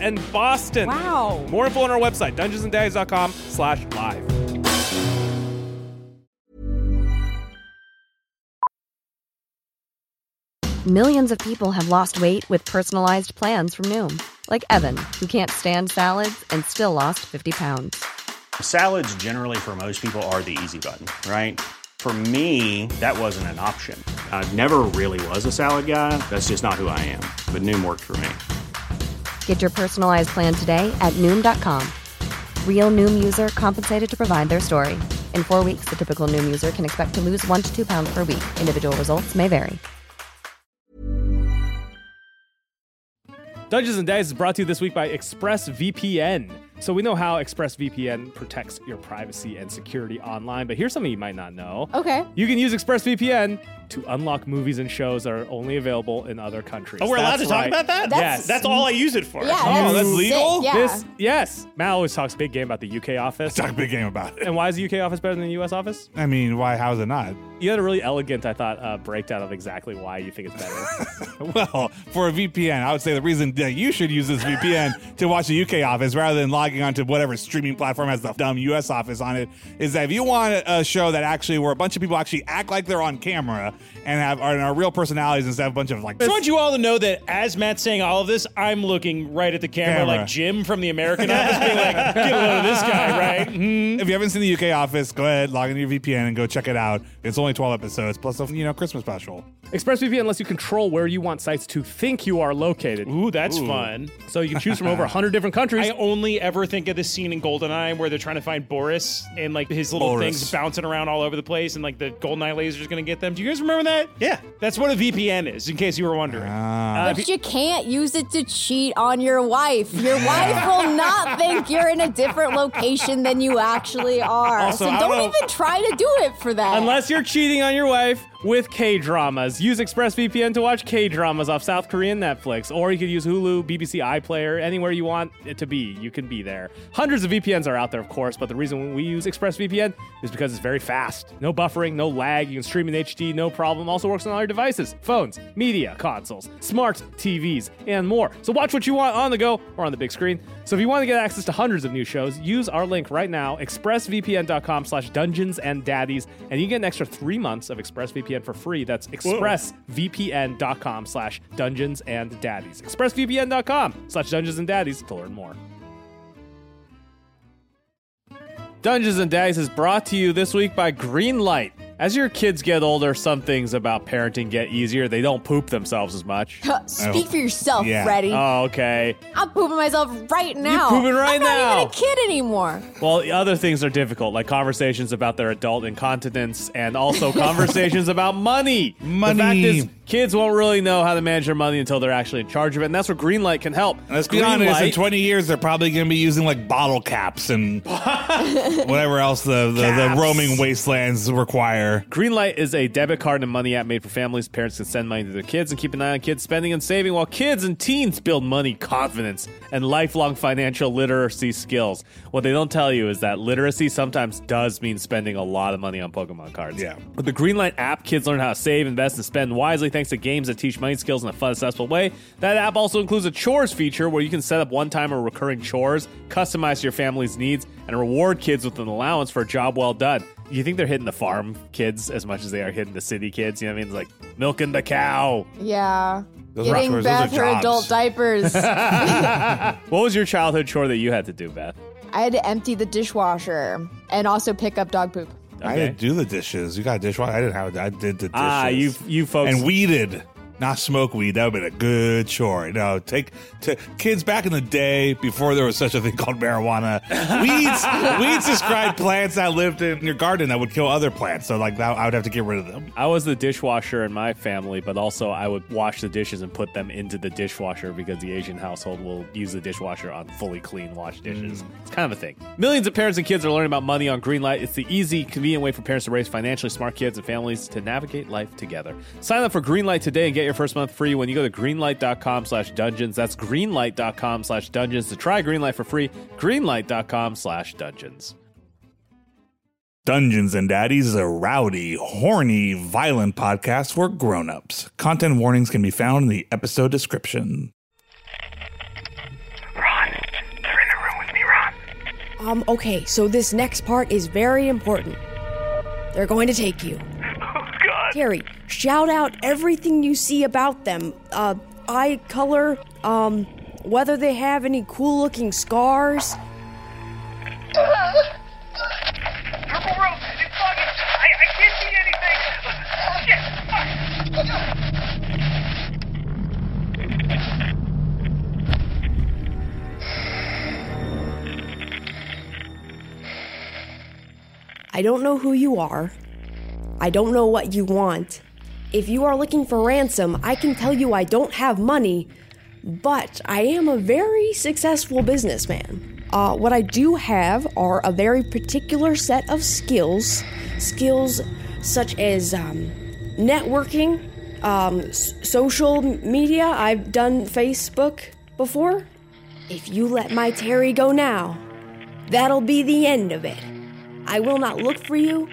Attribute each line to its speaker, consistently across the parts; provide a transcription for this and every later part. Speaker 1: and Boston.
Speaker 2: Wow.
Speaker 1: More info on our website, dungeonsanddice.com slash live.
Speaker 3: Millions of people have lost weight with personalized plans from Noom, like Evan, who can't stand salads and still lost 50 pounds.
Speaker 4: Salads, generally, for most people, are the easy button, right? For me, that wasn't an option. I never really was a salad guy. That's just not who I am. But Noom worked for me.
Speaker 3: Get your personalized plan today at Noom.com. Real Noom user compensated to provide their story. In four weeks, the typical Noom user can expect to lose one to two pounds per week. Individual results may vary.
Speaker 1: Dungeons and Dice is brought to you this week by ExpressVPN. So we know how ExpressVPN protects your privacy and security online, but here's something you might not know.
Speaker 5: Okay.
Speaker 1: You can use ExpressVPN to unlock movies and shows that are only available in other countries.
Speaker 6: Oh, we're allowed
Speaker 1: That's
Speaker 6: to talk
Speaker 1: right.
Speaker 6: about that?
Speaker 5: That's-
Speaker 1: yes.
Speaker 6: That's all I use it for. Oh,
Speaker 5: Yeah, that's
Speaker 1: that's
Speaker 5: sick.
Speaker 6: legal?
Speaker 5: Yeah.
Speaker 1: This yes. Mal always talks big game about the UK office.
Speaker 7: Talk a big game about it.
Speaker 1: And why is the UK office better than the US office?
Speaker 7: I mean, why? How's it not?
Speaker 1: You had a really elegant, I thought, uh, breakdown of exactly why you think it's better.
Speaker 7: Well, for a VPN, I would say the reason that you should use this VPN to watch the UK office rather than logging onto whatever streaming platform has the dumb US office on it is that if you want a show that actually where a bunch of people actually act like they're on camera and have are, are real personalities instead of a bunch of like.
Speaker 6: I want you all to know that as Matt's saying all of this, I'm looking right at the camera,
Speaker 7: Camera.
Speaker 6: like Jim from the American Office, being like, "Get a load of this guy, right?" Mhm.
Speaker 1: Mm-hmm.
Speaker 7: If you haven't seen the UK office, go ahead, log into your VPN and go check it out. It's only 12 episodes plus a you know Christmas special.
Speaker 1: ExpressVPN lets you control where you want sites to think you are located.
Speaker 6: Ooh, that's fun.
Speaker 1: So you can choose from over 100 different countries.
Speaker 6: I only ever think of this scene in Goldeneye where they're trying to find Boris and like his little
Speaker 7: Boris.
Speaker 6: things bouncing around all over the place, and like the Goldeneye laser's gonna get them. Do you guys remember that? Yeah, that's what a VPN is. In case you were wondering.
Speaker 1: Ah.
Speaker 6: Uh,
Speaker 1: Uh,
Speaker 5: But you can't use it to cheat on your wife. Your wife will not think you're in a different location than you actually are.
Speaker 7: Also,
Speaker 5: so
Speaker 7: I
Speaker 5: don't
Speaker 7: don't know-
Speaker 5: even try to do it for that.
Speaker 1: Unless you're cheating on your wife with K dramas, use ExpressVPN to watch K dramas off South Korean Netflix, or you could use Hulu, BBC iPlayer, anywhere you want it to be. You can be there. Hundreds of VPNs are out there, of course, but the reason we use ExpressVPN is because it's very fast. No buffering, no lag. You can stream in HD, no problem. Also works on all your devices, phones, media consoles, smart TVs, and more. So watch what you want on the go or on the big screen. So if you want to get access to hundreds of new shows, use our link right now, expressvpn.com slash dungeons and daddies, and you get an extra three months of ExpressVPN for free. That's expressvpn.com slash dungeons and daddies. Expressvpn.com slash dungeons and daddies to learn more. Dungeons and Daddies is brought to you this week by Greenlight. As your kids get older, some things about parenting get easier. They don't poop themselves as much.
Speaker 5: Speak for yourself,
Speaker 7: Yeah.
Speaker 5: Freddie.
Speaker 1: Oh, okay.
Speaker 5: I'm pooping myself right now.
Speaker 1: pooping right
Speaker 5: I'm not
Speaker 1: now.
Speaker 5: even a kid anymore.
Speaker 1: Well, the other things are difficult, like conversations about their adult incontinence and also conversations about money.
Speaker 7: Money.
Speaker 1: The fact is, kids won't really know how to manage their money until they're actually in charge of it, and that's where Greenlight can help.
Speaker 7: Let's be
Speaker 1: Greenlight-
Speaker 7: honest. In 20 years, they're probably going to be using like bottle caps and whatever else the, the, the
Speaker 1: Caps.
Speaker 7: roaming wastelands require.
Speaker 1: Greenlight is a debit card and money app made for families. Parents can send money to their kids and keep an eye on kids' spending and saving while kids and teens build money confidence and lifelong financial literacy skills. What they don't tell you is that literacy sometimes does mean spending a lot of money on Pokemon cards.
Speaker 7: Yeah.
Speaker 1: With the Greenlight app, kids learn how to save, invest, and spend wisely thanks to games that teach money skills in a fun, accessible way. That app also includes a chores feature where you can set up one time or recurring chores, customize your family's needs, and reward kids with an allowance for a job well done. You think they're hitting the farm kids as much as they are hitting the city kids? You know what I mean? It's like milking the cow.
Speaker 5: Yeah.
Speaker 7: Those are
Speaker 5: Getting
Speaker 7: chores, those
Speaker 5: Beth
Speaker 7: are
Speaker 5: her
Speaker 7: jobs.
Speaker 5: adult diapers. I
Speaker 1: What was your childhood chore that you had to do, Beth?
Speaker 5: had to empty the dishwasher and also pick up dog poop.
Speaker 7: I didn't do the dishes. You got a dishwasher. I didn't have. I did the dishes.
Speaker 1: Ah, you you folks
Speaker 7: and weeded. not smoke weed. That would have been a good chore. No, take t- kids back in the day before there was such a thing called marijuana. Weeds, weeds described plants that lived in your garden that would kill other plants. So like that, I would have to get rid of them.
Speaker 1: I was the dishwasher in my family, but also I would wash the dishes and put them into the dishwasher because the Asian household will use the dishwasher on fully clean washed
Speaker 8: Mm.
Speaker 1: dishes. It's kind of a thing. Millions of parents and kids are learning about money on Greenlight. It's the easy, convenient way for parents to raise financially smart kids and families to navigate life together. Sign up for Greenlight today and get your first month free when you go to greenlight.com slash dungeons. That's greenlight.com slash dungeons to try Greenlight for free. Greenlight.com slash dungeons.
Speaker 7: Dungeons and Daddies is a rowdy, horny, violent podcast for grown-ups. Content warnings can be found in the episode description.
Speaker 2: Ron, they're in the room with me, Ron.
Speaker 5: Um, okay, so this next part is very important. They're going to take you.
Speaker 2: Oh, God.
Speaker 5: Terry, shout out everything you see about them. Uh, eye color, um, whether they have any cool looking scars.
Speaker 2: Purple room, it's foggy. I, I can't see anything. Shit, fuck.
Speaker 5: I don't know who you are. I don't know what you want. If you are looking for ransom, I can tell you I don't have money, but I am a very successful businessman. Uh, what I do have are a very particular set of skills skills such as um, networking, um, s- social media. I've done Facebook before. If you let my Terry go now, that'll be the end of it. I will not look for you.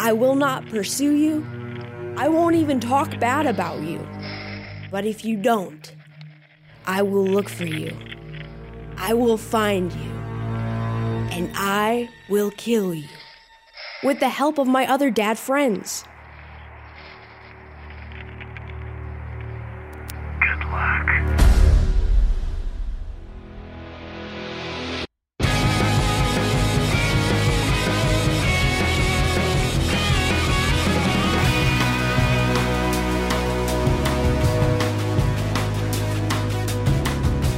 Speaker 5: I will not pursue you. I won't even talk bad about you. But if you don't, I will look for you. I will find you. And I will kill you. With the help of my other dad friends.
Speaker 2: Good luck.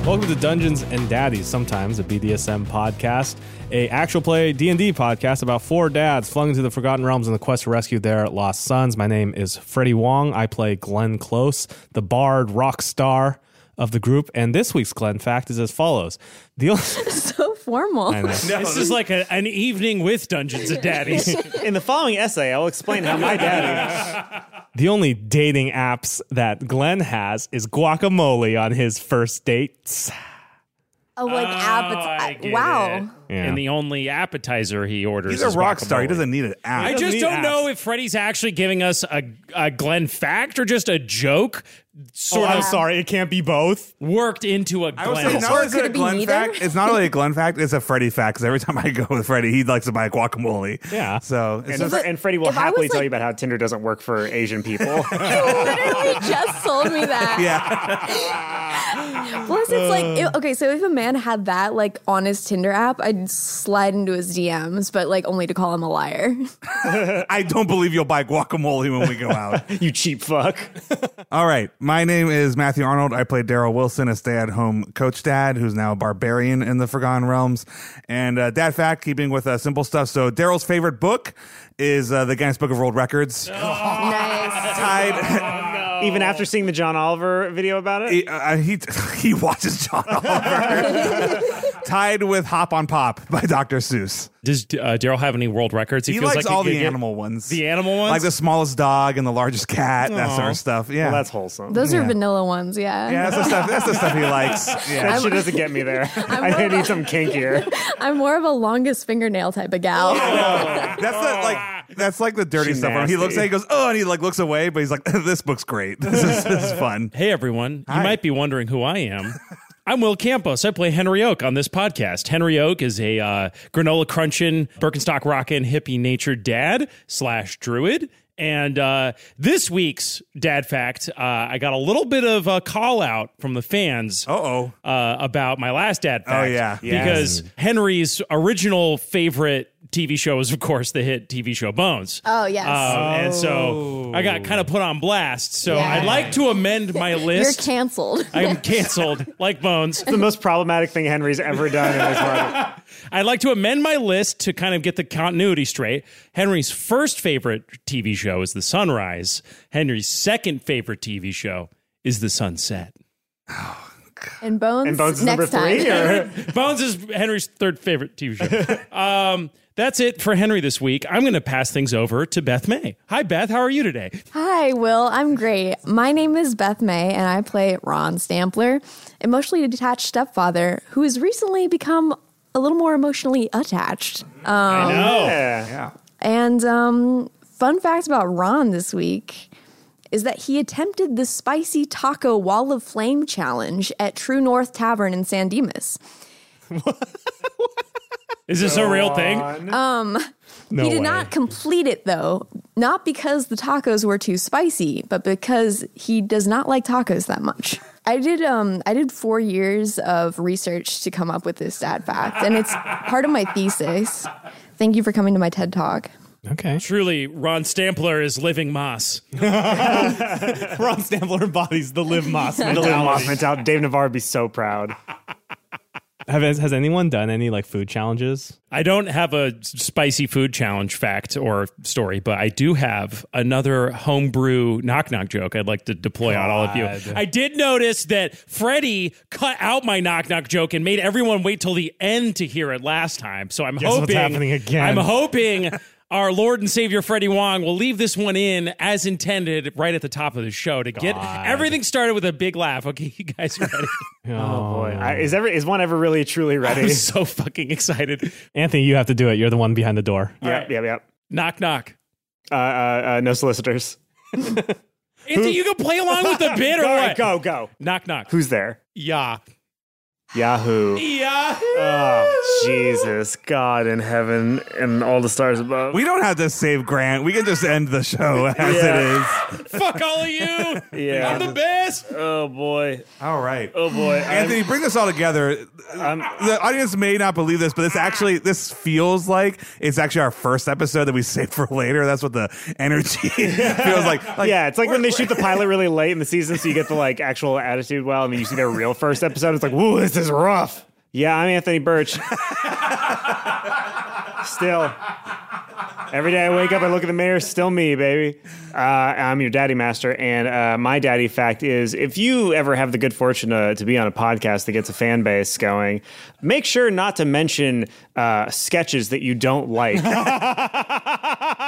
Speaker 1: Welcome to Dungeons and Daddies, sometimes a BDSM podcast, a actual play D&D podcast about four dads flung into the forgotten realms in the quest to rescue their lost sons. My name is Freddie Wong. I play Glenn Close, the bard rock star of the group, and this week's Glenn fact is as follows. The only-
Speaker 8: So formal.
Speaker 1: I know.
Speaker 6: This is like a, an evening with Dungeons and Daddies.
Speaker 4: In the following essay, I'll explain how my daddy.
Speaker 1: The only dating apps that Glenn has is guacamole on his first dates.
Speaker 8: Oh, like
Speaker 6: I
Speaker 8: app.
Speaker 6: get
Speaker 8: wow.
Speaker 6: it.
Speaker 1: Yeah.
Speaker 6: And the only appetizer he orders
Speaker 7: He's a
Speaker 6: is
Speaker 7: rock star. He
Speaker 6: guacamole.
Speaker 7: doesn't need an app.
Speaker 6: I just
Speaker 1: need
Speaker 6: don't
Speaker 1: apps.
Speaker 6: know if Freddie's actually giving us a, a Glenn fact or just a joke sort
Speaker 1: Oh, I'm
Speaker 6: of
Speaker 1: sorry, it can't be both.
Speaker 6: worked into a
Speaker 7: I would
Speaker 6: Glenn.
Speaker 7: say not only is
Speaker 8: could
Speaker 7: it a
Speaker 8: it be
Speaker 7: Glenn
Speaker 8: neither?
Speaker 7: fact, it's not only a Glenn fact, it's a Freddy fact. Because every time I go with Freddy, he likes to buy guacamole.
Speaker 1: Yeah.
Speaker 7: So it's
Speaker 4: And,
Speaker 7: just-
Speaker 4: Fre- and Freddie will
Speaker 8: If I was,
Speaker 4: happily tell
Speaker 8: like-
Speaker 4: you about how Tinder doesn't work for Asian people.
Speaker 8: You literally just sold me that.
Speaker 7: yeah.
Speaker 8: Plus, it's like it- okay, so if a man had that like on his Tinder app, I'd slide into his DMs, but like only to call him a liar.
Speaker 7: I don't believe you'll buy guacamole when we go out.
Speaker 4: you cheap fuck.
Speaker 7: All right. My name is Matthew Arnold. I play Daryl Wilson, a stay at home coach dad who's now a barbarian in the Forgotten Realms. And uh, dad fact, keeping with uh, simple stuff. So, Daryl's favorite book is uh, the Guinness Book of World Records.
Speaker 8: nice.
Speaker 7: Tied.
Speaker 4: Even after seeing the John Oliver video about it.
Speaker 7: He, uh, he he watches John Oliver. Tied with Hop on Pop by Dr. Seuss.
Speaker 6: Does uh, Daryl have any world records?
Speaker 7: He, likes
Speaker 6: he
Speaker 7: all
Speaker 6: could
Speaker 7: the
Speaker 6: get-
Speaker 7: animal ones.
Speaker 6: The animal ones?
Speaker 7: Like the smallest dog and the largest cat, and that sort of stuff. Yeah.
Speaker 4: Well, that's wholesome.
Speaker 8: Those are
Speaker 7: Yeah.
Speaker 8: vanilla ones, yeah.
Speaker 7: yeah, that's the stuff. That's the stuff he likes. Yeah.
Speaker 4: that shit doesn't get me there. I
Speaker 8: more of a-
Speaker 4: need some kinkier.
Speaker 8: I'm more of a longest fingernail type of
Speaker 7: Oh,
Speaker 8: gal.
Speaker 7: That's the like that's like the dirty
Speaker 4: She
Speaker 7: stuff. where He looks
Speaker 4: nasty.
Speaker 7: at it, he goes, oh, and he like looks away, but he's like, this book's great. This is, this is fun.
Speaker 6: Hey, everyone. You might be wondering who I am. I'm Will Campos. I play Henry Oak on this podcast. Henry Oak is a uh, granola crunching, Birkenstock rockin', hippie nature dad slash druid. And uh, this week's dad fact, uh, I got a little bit of a call out from the fans.
Speaker 7: Uh-oh. Oh,
Speaker 6: uh, about my last dad fact.
Speaker 7: yeah.
Speaker 6: because Henry's original favorite TV show is, of course, the hit TV show Bones. Um,
Speaker 5: Oh, yes.
Speaker 6: And so I got kind of put on blast. So I'd like to amend my list.
Speaker 5: Oh. You're canceled.
Speaker 6: I am canceled, like Bones.
Speaker 4: It's the most problematic thing Henry's ever done in his life.
Speaker 6: I'd like to amend my list to kind of get the continuity straight. Henry's first favorite TV show is The Sunrise. Henry's second favorite TV show is The Sunset.
Speaker 5: and bones. next time.
Speaker 6: Bones is Henry's third favorite TV show. Um, that's it for Henry this week. I'm going to pass things over to Beth May. Hi, Beth. How are you today?
Speaker 5: Hi, Will. I'm great. My name is Beth May, and I play Ron Stampler, emotionally detached stepfather who has recently become a little more emotionally attached. Um,
Speaker 9: Yeah.
Speaker 5: And um, fun fact about Ron this week is that he attempted the spicy taco wall of flame challenge at True North Tavern in San Dimas.
Speaker 6: Is this a real thing?
Speaker 5: Um,
Speaker 6: No
Speaker 5: he did
Speaker 6: way.
Speaker 5: not complete it though, not because the tacos were too spicy, but because he does not like tacos that much. I did um I did 4 years of research to come up with this sad fact and it's part of my thesis. Thank you for coming to my TED Talk.
Speaker 6: Okay. Truly, Ron Stampler is living moss.
Speaker 10: Ron Stampler embodies the live moss
Speaker 4: The
Speaker 10: mentality.
Speaker 4: little moth mentality. Dave Navarre would be so proud.
Speaker 1: Have, has anyone done any like food challenges?
Speaker 6: I don't have a spicy food challenge fact or story, but I do have another homebrew knock knock joke I'd like to deploy on all of you.
Speaker 1: God.
Speaker 6: I did notice that Freddie cut out my knock knock joke and made everyone wait till the end to hear it last time. So I'm
Speaker 10: Guess what's
Speaker 6: hoping
Speaker 10: happening again.
Speaker 6: I'm hoping our Lord and Savior Freddie Wong will leave this one in as intended right at the top of the show to get
Speaker 4: God.
Speaker 6: everything started with a big laugh. Okay, you guys ready?
Speaker 4: Oh boy, I, is ever is one ever really truly ready?
Speaker 6: I'm so fucking excited.
Speaker 1: Anthony, you have to do it. You're the one behind the door.
Speaker 4: Yep, yep, yep.
Speaker 6: Knock knock.
Speaker 4: Uh, uh, uh, no solicitors.
Speaker 6: Anthony, you can play along with the bit or
Speaker 4: All right,
Speaker 6: what?
Speaker 4: Go, go.
Speaker 6: Knock knock.
Speaker 4: Who's there?
Speaker 6: Yeah.
Speaker 4: Yahoo.
Speaker 6: Yeah.
Speaker 4: Oh, Jesus, God in heaven and all the stars above.
Speaker 10: We don't have to save Grant. We can just end the show as
Speaker 4: Yeah.
Speaker 10: it is.
Speaker 6: Fuck all of you.
Speaker 4: Yeah.
Speaker 6: I'm the best.
Speaker 4: Oh boy.
Speaker 10: All right.
Speaker 4: Oh boy.
Speaker 10: Anthony, bring this all together. the audience may not believe this, but this actually this feels like it's actually our first episode that we saved for later. That's what the energy feels like. Like,
Speaker 4: yeah, it's like when they shoot the pilot really late in the season, so you get the like actual attitude. Well, and then you see their real first episode. It's like, whoa, this is rough. Yeah, I'm Anthony Birch. still, every day I wake up, I look at the mirror. Still me, baby. Uh, I'm your daddy master, and uh, my daddy fact is, if you ever have the good fortune to, to be on a podcast that gets a fan base going, make sure not to mention uh, sketches that you don't like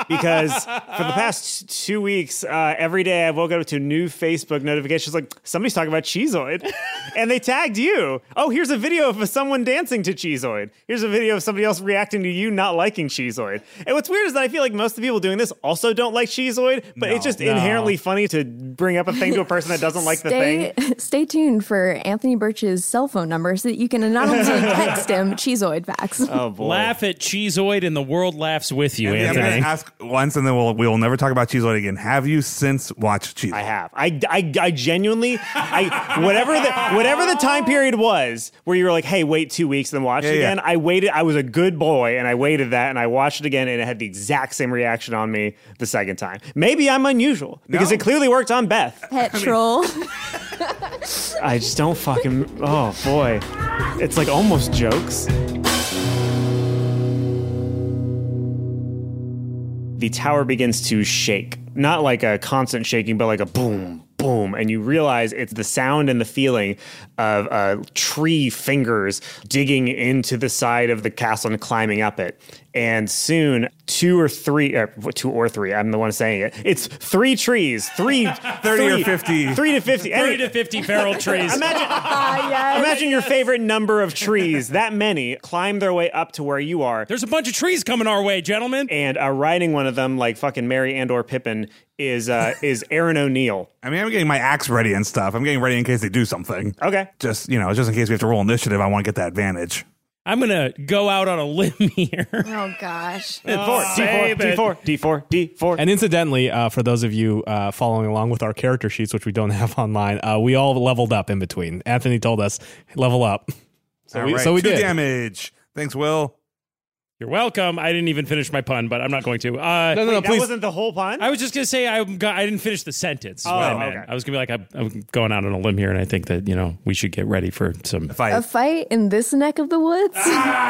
Speaker 4: because for the past two weeks, uh, every day I woke up to new Facebook notifications like somebody's talking about Cheezoid, and they tagged you. Oh, here's a video of someone dancing to Cheezoid. Here's a video of somebody else reacting to you not liking Cheezoid. And what's weird is that I feel like most of the people doing this also don't like Cheezoid, but it's just
Speaker 10: No.
Speaker 4: inherently funny to bring up a thing to a person that doesn't like the
Speaker 5: stay,
Speaker 4: thing.
Speaker 5: stay tuned for Anthony Birch's cell phone number so that you can anonymously text him cheesoid facts.
Speaker 4: Oh boy.
Speaker 6: Laugh at Cheezoid and the world laughs with you,
Speaker 10: I'm gonna
Speaker 6: Anthony.
Speaker 10: ask once, and then we'll we will never talk about Cheeseloid again. Have you since watched Cheese?
Speaker 4: I have. I, I, I genuinely, I whatever the whatever the time period was where you were like, hey, wait two weeks and then watch
Speaker 10: Yeah,
Speaker 4: it
Speaker 10: yeah.
Speaker 4: again. I waited. I was a good boy and I waited that and I watched it again and it had the exact same reaction on me the second time. Maybe I'm unusual because
Speaker 10: No.
Speaker 4: it clearly worked on Beth.
Speaker 5: Petrol.
Speaker 4: I just don't fucking. Oh boy, it's like almost jokes. the tower begins to shake. Not like a constant shaking, but like a boom, boom. And you realize it's the sound and the feeling of uh, tree fingers digging into the side of the castle and climbing up it. And soon, two or three, uh, two or three, I'm the one saying it. It's three trees, three,
Speaker 10: 30 or
Speaker 4: three-
Speaker 10: 50.
Speaker 4: Three to 50.
Speaker 6: Thirty to fifty feral trees.
Speaker 4: Imagine,
Speaker 5: Ah, yes.
Speaker 4: imagine your favorite number of trees, that many, climb their way up to where you are
Speaker 6: There's a bunch of trees coming our way, gentlemen.
Speaker 4: and uh, riding one of them like fucking Mary and or Pippin is uh, is Aaron O'Neill.
Speaker 10: I mean, I'm getting my axe ready and stuff. I'm getting ready in case they do something.
Speaker 4: Okay.
Speaker 10: Just you know, just in case we have to roll initiative, I want to get that advantage.
Speaker 6: I'm gonna go out on a limb here.
Speaker 5: oh gosh.
Speaker 4: D4,
Speaker 5: Uh,
Speaker 6: save it.
Speaker 4: D4, D4, D4.
Speaker 1: And incidentally, uh, for those of you uh, following along with our character sheets, which we don't have online, uh, we all leveled up in between. Anthony told us level up, so
Speaker 10: All
Speaker 1: we
Speaker 10: right,
Speaker 1: so we
Speaker 10: two
Speaker 1: did.
Speaker 10: damage. Thanks, Will.
Speaker 6: You're welcome. I didn't even finish my pun, but I'm not going to. Uh,
Speaker 4: Wait, that wasn't the whole pun.
Speaker 6: I was just gonna say I'm. Go- I didn't finish the sentence. is what I,
Speaker 4: Oh,
Speaker 6: meant.
Speaker 4: okay.
Speaker 6: I was gonna be like I'm, I'm going out on a limb here, and I think that you know we should get ready for some fight.
Speaker 5: A fight in this neck of the woods?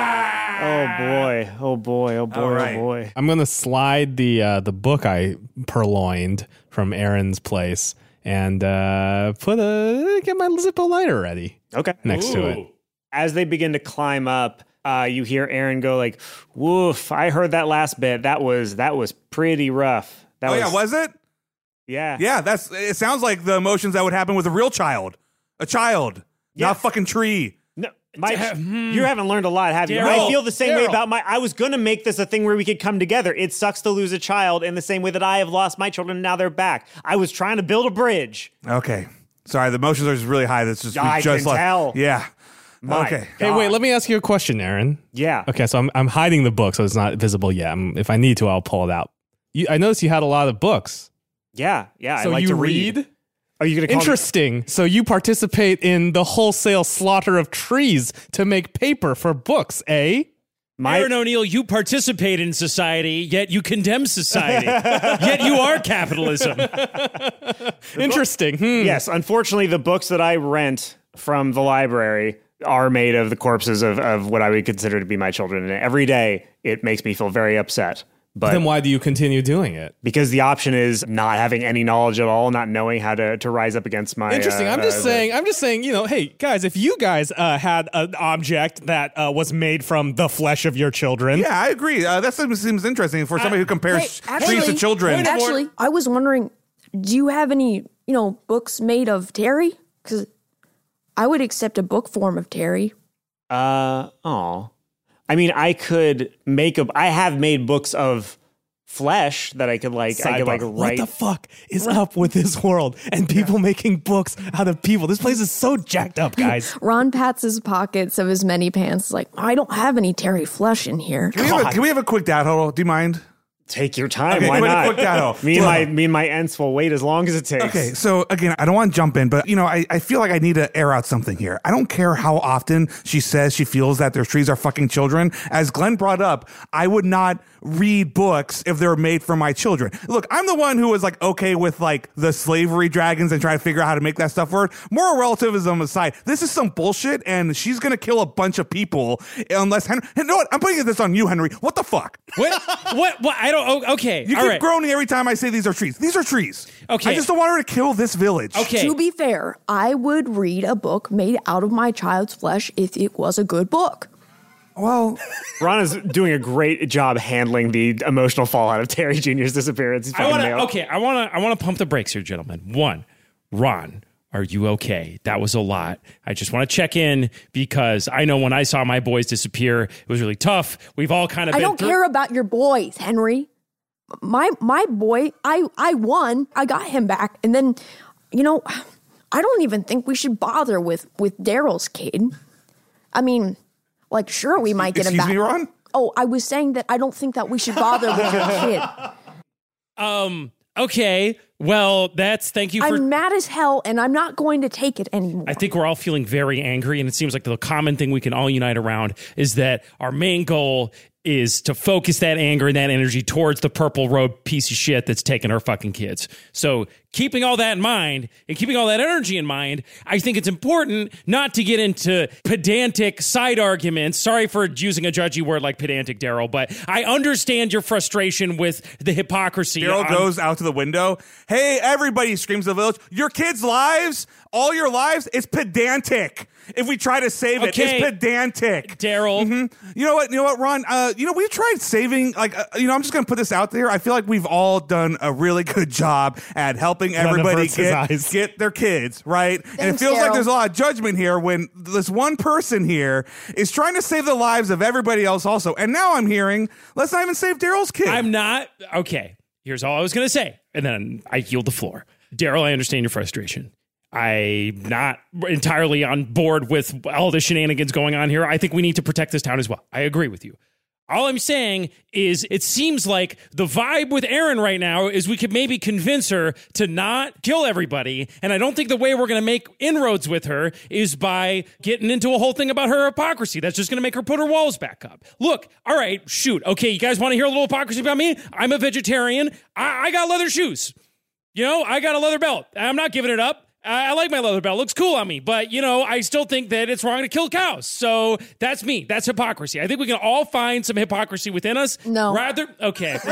Speaker 4: oh boy! Oh boy! Oh boy!
Speaker 7: right.
Speaker 4: Oh boy!
Speaker 1: I'm gonna slide the uh, the book I purloined from Aaron's place and uh, put a get my Zippo lighter ready
Speaker 4: Okay.
Speaker 1: next to it.
Speaker 4: As they begin to climb up, uh, you hear Aaron go like, "Woof! I heard that last bit. That was that was pretty rough. That
Speaker 7: oh
Speaker 4: was,
Speaker 7: yeah, was it?
Speaker 4: yeah
Speaker 7: Yeah, that's. It sounds like the emotions that would happen with a real child, a child,
Speaker 4: Yeah.
Speaker 7: not a fucking tree.
Speaker 4: No, Mike, you haven't learned a lot, have you?
Speaker 6: Daryl,
Speaker 4: I feel the same way
Speaker 6: Daryl.
Speaker 4: about my. I was gonna make this a thing where we could come together. It sucks to lose a child in the same way that I have lost my children. and Now they're back. I was trying to build a bridge.
Speaker 7: Okay, sorry, the emotions are just really high. That's just we
Speaker 4: I
Speaker 7: just
Speaker 4: can
Speaker 7: left.
Speaker 4: tell.
Speaker 7: Yeah.
Speaker 4: My
Speaker 7: okay.
Speaker 1: Hey, wait,
Speaker 4: God.
Speaker 1: let me ask you a question, Aaron.
Speaker 4: Yeah.
Speaker 1: Okay, so I'm I'm hiding the book, so it's not visible yet. I'm, if I need to, I'll pull it out. You, I noticed you had a lot of books.
Speaker 4: Yeah. Yeah.
Speaker 1: so
Speaker 4: I like
Speaker 1: you
Speaker 4: to read. Are you gonna call me-
Speaker 1: Interesting. So you participate in the wholesale slaughter of trees to make paper for books, eh?
Speaker 4: My,
Speaker 6: Aaron O'Neill, you participate in society, yet you condemn society. yet you are capitalism.
Speaker 1: Interesting. Hmm.
Speaker 4: Yes, unfortunately, the books that I rent from the library are made of the corpses of, of what I would consider to be my children. And every day it makes me feel very upset. But
Speaker 1: Then why do you continue doing it?
Speaker 4: because the option is not having any knowledge at all, not knowing how to, to rise up against my.
Speaker 1: Interesting.
Speaker 4: uh,
Speaker 1: I'm just
Speaker 4: uh,
Speaker 1: saying. I'm just saying. You know, hey guys, if you guys uh, had an object that uh, was made from the flesh of your children,
Speaker 7: Yeah, I agree. Uh, that seems, seems interesting for somebody who compares
Speaker 5: Uh, Wait,
Speaker 7: trees to
Speaker 5: actually-
Speaker 7: children.
Speaker 5: Actually, I was wondering, do you have any, you know, books made of dairy? Because I would accept a book form of dairy.
Speaker 4: Uh, oh. I mean, I could make a. I have made books of flesh that I could like. I could like
Speaker 1: Sidebar.
Speaker 4: write.
Speaker 1: What the fuck is up with this world and people making books out of people? This place is so jacked up, guys.
Speaker 5: Ron pats his pockets of his many pants, like, I don't have any dairy flesh in here.
Speaker 7: Can we, have a, can we have a quick dad hole? Do you mind?
Speaker 4: Take your time.
Speaker 7: Okay,
Speaker 4: why
Speaker 7: quick-
Speaker 4: not?
Speaker 7: quick dado.
Speaker 4: me and my me and my ents will wait as long as it takes.
Speaker 7: Okay, so again, I don't want to jump in, but you know, I, I feel like I need to air out something here. I don't care how often she says she feels that their trees are fucking children. As Glenn brought up, I would not read books if they were made for my children. Look, I'm the one who was like okay with like the slavery dragons and trying to figure out how to make that stuff work. Moral relativism aside, this is some bullshit, and she's gonna kill a bunch of people unless Henry. You know what? I'm putting this on you, Henry. What the fuck?
Speaker 6: What? What? What? I don't. oh, Okay.
Speaker 7: You
Speaker 6: All
Speaker 7: keep
Speaker 6: right.
Speaker 7: groaning every time I say these are trees. These are trees.
Speaker 6: Okay.
Speaker 7: I just don't want her to kill this village.
Speaker 6: okay.
Speaker 5: To be fair, I would read a book made out of my child's flesh if it was a good book.
Speaker 7: Well,
Speaker 4: Ron is doing a great job handling the emotional fallout of Terry Jr.'s disappearance. He's
Speaker 6: I
Speaker 4: fucking
Speaker 6: want to.
Speaker 4: nailed it.
Speaker 6: uh, Okay, I want to. I want to pump the brakes here, gentlemen. One, Ron, are you okay? That was a lot. I just want to check in because I know when I saw my boys disappear, it was really tough. We've all kind of.
Speaker 5: I
Speaker 6: been
Speaker 5: don't
Speaker 6: through-
Speaker 5: care about your boys, Henry. My my boy, I I won. I got him back, and then, you know, I don't even think we should bother with with Daryl's kid. I mean, like, sure, we might get him
Speaker 7: Excuse
Speaker 5: back.
Speaker 7: me, Ron?
Speaker 5: Oh, I was saying that I don't think that we should bother with your kid.
Speaker 6: Um. Okay. Well, that's. Thank you for.
Speaker 5: I'm mad as hell, and I'm not going to take it anymore.
Speaker 6: I think we're all feeling very angry, and it seems like the common thing we can all unite around is that our main goal is to focus that anger and that energy towards the purple robe piece of shit that's taking our fucking kids. So, keeping all that in mind and keeping all that energy in mind, I think it's important not to get into pedantic side arguments. Sorry for using a judgy word like pedantic, Daryl, but I understand your frustration with the hypocrisy.
Speaker 7: Daryl
Speaker 6: on-
Speaker 7: goes out to the window. Hey, everybody screams the village. Your kids' lives, all your lives, it's pedantic. If we try to save it,
Speaker 6: Okay.
Speaker 7: it's pedantic. Mm-hmm.
Speaker 6: Daryl.
Speaker 7: You know what? You know what, Ron? Uh, you know we've tried saving. Like, uh, you know, I'm just gonna put this out there. I feel like we've all done a really good job at helping everybody
Speaker 1: averts his
Speaker 7: get,
Speaker 1: eyes.
Speaker 7: get their kids right. and it
Speaker 5: Thanks,
Speaker 7: feels like
Speaker 5: Daryl.
Speaker 7: there's a lot of judgment here when this one person here is trying to save the lives of everybody else also. And now I'm hearing, let's not even save Daryl's kid.
Speaker 6: I'm not okay. Here's all I was gonna say, and then I yield the floor. Daryl, I understand your frustration. I'm not entirely on board with all the shenanigans going on here. I think we need to protect this town as well. I agree with you. All I'm saying is, it seems like the vibe with Aaron right now is we could maybe convince her to not kill everybody. And I don't think the way we're going to make inroads with her is by getting into a whole thing about her hypocrisy. That's just going to make her put her walls back up. Look, all right, shoot. Okay, you guys want to hear a little hypocrisy about me? I'm a vegetarian. I, I got leather shoes. You know, I got a leather belt. I'm not giving it up. I I like my leather belt. Looks cool on me. But, you know, I still think that it's wrong to kill cows. So that's me. That's hypocrisy. I think we can all find some hypocrisy within us.
Speaker 5: No.
Speaker 6: Rather, okay.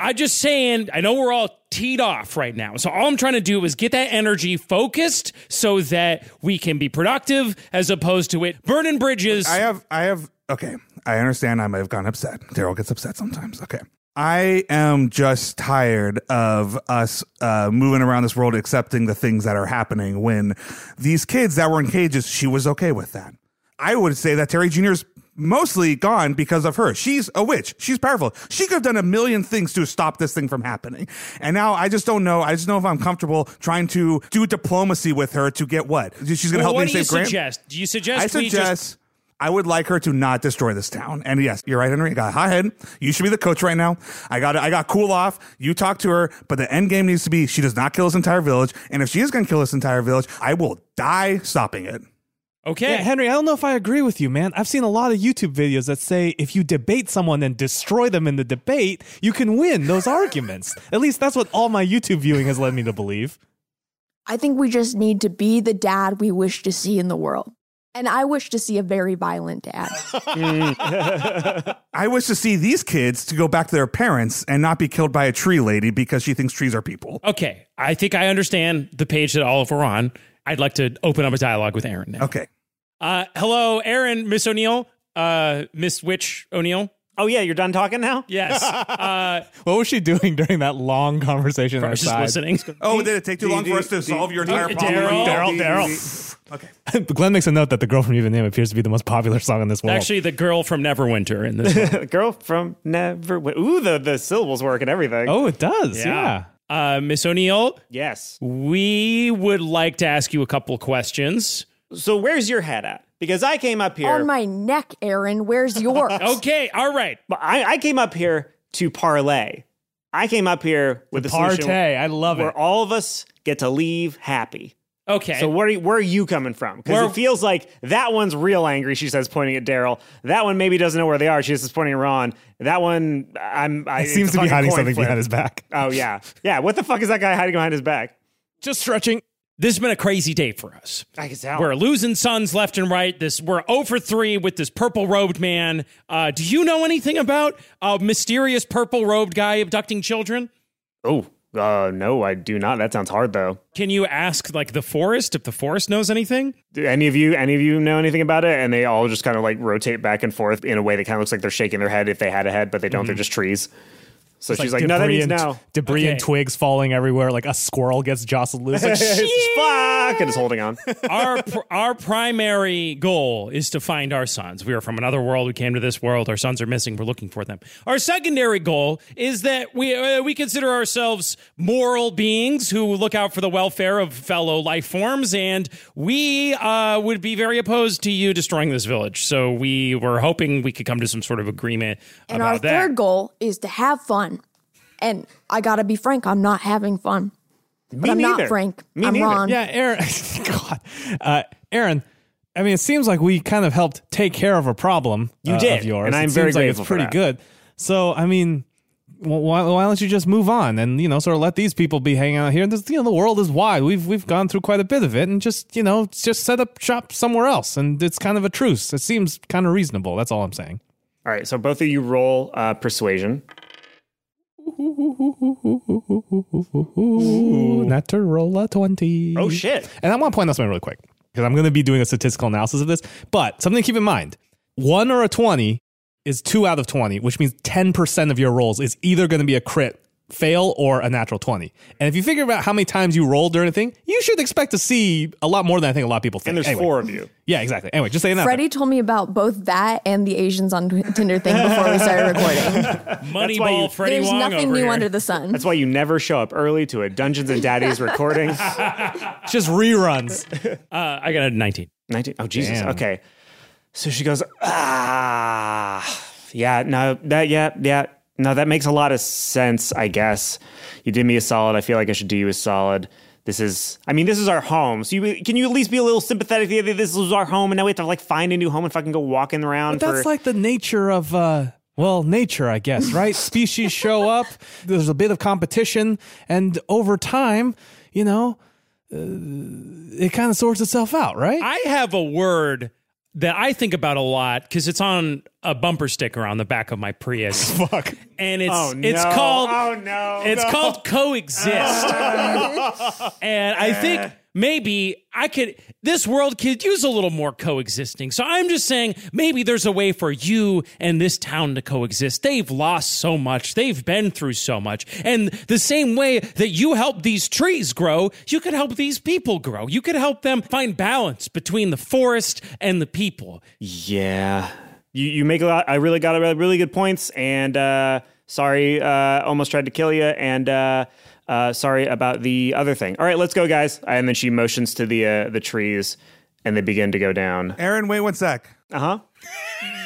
Speaker 6: I'm just saying, I know we're all teed off right now. So all I'm trying to do is get that energy focused so that we can be productive as opposed to it burning bridges.
Speaker 7: I have, I have, okay. I understand I might have gone upset. Daryl gets upset sometimes. Okay. I am just tired of us uh, moving around this world accepting the things that are happening when these kids that were in cages, she was okay with that. I would say that Terry Jr.'s mostly gone because of her. She's a witch. She's powerful. She could have done a million things to stop this thing from happening. And now I just don't know. I just know if I'm comfortable trying to do diplomacy with her to get what? She's going to
Speaker 6: Well,
Speaker 7: help
Speaker 6: what
Speaker 7: me
Speaker 6: do you
Speaker 7: save Grant?
Speaker 6: suggest? Do you suggest
Speaker 7: I
Speaker 6: we
Speaker 7: suggest
Speaker 6: just
Speaker 7: I would like her to not destroy this town. And yes, you're right, Henry. I got a hot head. You should be the coach right now. I got I got cool off. You talk to her, but the end game needs to be she does not kill this entire village. And if she is going to kill this entire village, I will die stopping it.
Speaker 6: Okay.
Speaker 1: Yeah, Henry, I don't know if I agree with you, man. I've seen a lot of YouTube videos that say if you debate someone and destroy them in the debate, you can win those arguments. At least that's what all my YouTube viewing has led me to believe.
Speaker 5: I think we just need to be the dad we wish to see in the world. And I wish to see a very violent dad.
Speaker 7: I wish to see these kids to go back to their parents and not be killed by a tree lady because she thinks trees are people.
Speaker 6: Okay, I think I understand the page that all of we're on. I'd like to open up a dialogue with Aaron now.
Speaker 7: Okay.
Speaker 6: Uh, hello, Aaron, Miss O'Neill, uh, Miss Witch O'Neill.
Speaker 4: Oh yeah, you're done talking now.
Speaker 6: Yes. Uh,
Speaker 1: What was she doing during that long conversation?
Speaker 6: I was just
Speaker 1: outside?
Speaker 6: listening.
Speaker 7: Oh, did it take too long for us to solve your entire problem?
Speaker 6: Daryl,
Speaker 1: Daryl, Daryl. Glenn makes a note that the girl from Even Name appears to be the most popular song in this world.
Speaker 6: Actually, the girl from Neverwinter in this. one.
Speaker 4: Girl from never. Win- Ooh, the the syllables work and everything.
Speaker 1: oh, it does.
Speaker 6: Yeah.
Speaker 1: Yeah.
Speaker 6: Uh, Miss O'Neill,
Speaker 4: yes.
Speaker 6: we would like to ask you a couple questions.
Speaker 4: So where's your head at? Because I came up here.
Speaker 5: On my neck, Aaron. Where's yours?
Speaker 6: Okay, all right.
Speaker 4: But I, I came up here to parlay. I came up here with the solution
Speaker 1: Partay. I love
Speaker 4: where
Speaker 1: it.
Speaker 4: all of us get to leave happy.
Speaker 6: Okay.
Speaker 4: So where are you, where are you coming from? Because
Speaker 6: Where-
Speaker 4: it feels like that one's real angry. She says, pointing at Daryl. That one maybe doesn't know where they are. She says, pointing at Ron. That one, I'm. I,
Speaker 1: He
Speaker 4: it's
Speaker 1: seems
Speaker 4: a
Speaker 1: to be
Speaker 4: fucking
Speaker 1: hiding
Speaker 4: coin
Speaker 1: something
Speaker 4: flip.
Speaker 1: behind his back.
Speaker 4: Oh yeah, yeah. What the fuck is that guy hiding behind his back?
Speaker 1: Just stretching.
Speaker 6: this has been a crazy day for us.
Speaker 4: I can tell.
Speaker 6: We're losing sons left and right. This we're 0 for three with this purple robed man. Uh, do you know anything about a mysterious purple robed guy abducting children?
Speaker 4: oh uh, no, I do not. That sounds hard though.
Speaker 6: Can you ask like the forest if the forest knows anything?
Speaker 4: Do any of you any of you know anything about it? And they all just kind of like rotate back and forth in a way that kind of looks like they're shaking their head if they had a head, but they don't. They're just trees. So she's like, no, that means
Speaker 1: and,
Speaker 4: no.
Speaker 1: Debris and
Speaker 6: Okay.
Speaker 1: twigs falling everywhere. Like a squirrel gets jostled loose. Like, "Shit."
Speaker 4: Fuck! And is holding on.
Speaker 6: our pr- our primary goal is to find our sons. We are from another world. We came to this world. Our sons are missing. We're looking for them. Our secondary goal is that we uh, we consider ourselves moral beings who look out for the welfare of fellow life forms, and we uh, would be very opposed to you destroying this village. So we were hoping we could come to some sort of agreement
Speaker 5: and
Speaker 6: about
Speaker 5: our
Speaker 6: that.
Speaker 5: third goal is to have fun. And I gotta be frank, I'm not having fun. but I'm
Speaker 4: neither.
Speaker 5: not frank.
Speaker 4: Me
Speaker 5: I'm
Speaker 4: neither.
Speaker 5: Ron.
Speaker 1: Yeah, Aaron. God, uh, Aaron. I mean, it seems like we kind of helped take care of a problem. You
Speaker 4: did,
Speaker 1: of yours,
Speaker 4: and
Speaker 1: It
Speaker 4: I'm
Speaker 1: seems
Speaker 4: very
Speaker 1: like
Speaker 4: grateful
Speaker 1: It's
Speaker 4: for
Speaker 1: pretty
Speaker 4: that.
Speaker 1: good. So, I mean, wh- why, why don't you just move on and you know sort of let these people be hanging out here? This, you know, the world is wide. We've we've gone through quite a bit of it, and just you know, just set up shop somewhere else. And it's kind of a truce. It seems kind of reasonable. That's all I'm saying.
Speaker 4: All right, so both of you roll uh, persuasion.
Speaker 1: Ooh, natural twenty.
Speaker 4: Oh shit!
Speaker 1: And I want to point out something really quick because I'm going to be doing a statistical analysis of this. But something to keep in mind one or a 20 is two out of 20, which means 10% of your rolls is either going to be a crit fail or a natural 20. And if you figure out how many times you rolled during a thing, you should expect to see a lot more than I think a lot of people think.
Speaker 4: And there's
Speaker 1: Anyway.
Speaker 4: four of you.
Speaker 1: Yeah, exactly. Anyway, just saying that.
Speaker 5: Freddie told me about both that and the Asians on Tinder thing before we started recording.
Speaker 4: why you-
Speaker 6: Moneyball, Freddie
Speaker 5: There's
Speaker 6: Wong
Speaker 5: nothing
Speaker 6: over
Speaker 5: new
Speaker 6: here.
Speaker 5: under the sun.
Speaker 4: That's why you never show up early to a Dungeons and Daddies recording.
Speaker 1: Just reruns.
Speaker 6: Uh, I got a nineteen.
Speaker 4: 19. Oh Jesus.
Speaker 1: Damn.
Speaker 4: Okay. So she goes, ah, yeah, no, that, yeah, yeah, no, that makes a lot of sense, I guess. You did me a solid. I feel like I should do you a solid. This is, I mean, this is our home. So you can you at least be a little sympathetic to the idea that this was our home, and now we have to like find a new home and fucking go walking around.
Speaker 2: But that's
Speaker 4: for,
Speaker 2: like the nature of uh well, nature, I guess, right? Species show up, there's a bit of competition, and over time, you know, uh, it kind of sorts itself out, right?
Speaker 6: I have a word that I think about a lot because it's on a bumper sticker on the back of my Prius. Fuck. And it's
Speaker 4: Oh,
Speaker 6: it's
Speaker 4: no.
Speaker 6: called
Speaker 4: Oh, no,
Speaker 6: It's
Speaker 4: no.
Speaker 6: called
Speaker 7: Uh,
Speaker 6: coexist. and I think maybe I could this world could use a little more coexisting. So I'm just saying maybe there's a way for you and this town to coexist. They've lost so much. They've been through so much. And the same way that you help these trees grow, you could help these people grow. You could help them find balance between the forest and the people.
Speaker 4: Yeah. You you make a lot I really got a really good points and uh sorry uh almost tried to kill you and uh uh sorry about the other thing. All right, let's go guys. And then she motions to the uh, the trees and they begin to go down.
Speaker 7: Aaron, wait one sec.
Speaker 4: Uh-huh.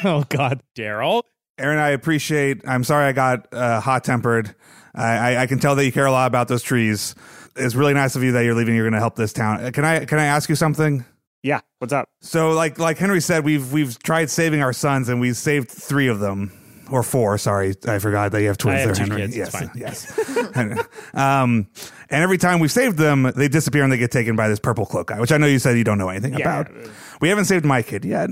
Speaker 7: Oh God,
Speaker 6: Daryl.
Speaker 7: Aaron, I appreciate. I'm sorry I got uh, hot tempered. I, I, I can tell that you care a lot about those trees. It's really nice of you that you're leaving. You're going to help this town. Uh, Can I? Can I ask you something?
Speaker 4: Yeah. What's up?
Speaker 7: So, like, like Henry said, we've we've tried saving our sons, and we saved three of them or four. Sorry, I forgot that you have twins.
Speaker 6: I have
Speaker 7: there,
Speaker 6: two
Speaker 7: Henry.
Speaker 6: kids.
Speaker 7: Yes,
Speaker 6: It's fine.
Speaker 7: yes. um, and every time we save them, they disappear and they get taken by this purple cloak guy, which I know you said you don't know anything about. We haven't saved my kid yet.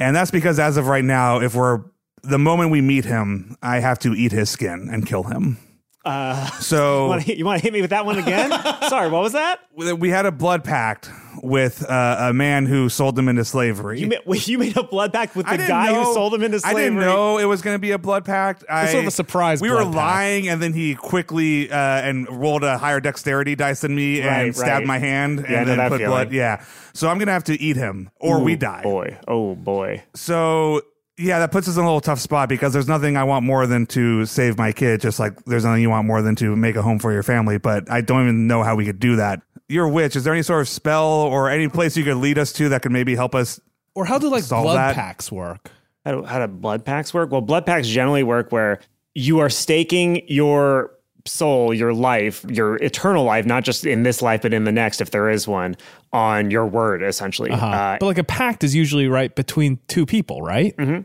Speaker 7: And that's because as of right now, if we're the moment we meet him, I have to eat his skin and kill him.
Speaker 4: Uh
Speaker 7: So-
Speaker 4: you want to hit me with that one again? sorry, what was that?
Speaker 7: We had a blood pact with uh, a man who sold them into slavery.
Speaker 4: You made, wait, you made a blood pact with
Speaker 7: I
Speaker 4: the
Speaker 7: didn't
Speaker 4: guy
Speaker 7: know-
Speaker 4: who sold them into
Speaker 7: I
Speaker 4: slavery.
Speaker 7: didn't know it was going to be a blood pact. I,
Speaker 2: sort of a surprise
Speaker 7: We
Speaker 2: blood
Speaker 7: were
Speaker 2: pact.
Speaker 7: lying, and then he quickly uh, and rolled a higher dexterity dice than me
Speaker 4: Right,
Speaker 7: and stabbed
Speaker 4: right.
Speaker 7: my hand
Speaker 4: Yeah, I know
Speaker 7: and then
Speaker 4: that
Speaker 7: put
Speaker 4: feeling.
Speaker 7: blood. Yeah, so I'm going to have to eat him or we
Speaker 4: Ooh,
Speaker 7: die.
Speaker 4: Boy. Oh boy.
Speaker 7: So yeah, that puts us in a little tough spot because there's nothing I want more than to save my kid. Just like there's nothing you want more than to make a home for your family. But I don't even know how we could do that. You're a witch. Is there any sort of spell or any place you could lead us to that could maybe help us?
Speaker 2: Or how do like
Speaker 7: solve
Speaker 2: blood
Speaker 7: that?
Speaker 2: packs work?
Speaker 4: How do, how do blood packs work? Well, blood packs generally work where you are staking your soul, your life, your eternal life, not just in this life, but in the next, if there is one, on your word, essentially.
Speaker 2: Uh-huh.
Speaker 4: Uh,
Speaker 2: but like a pact is usually right between two people, right? Mm-hmm.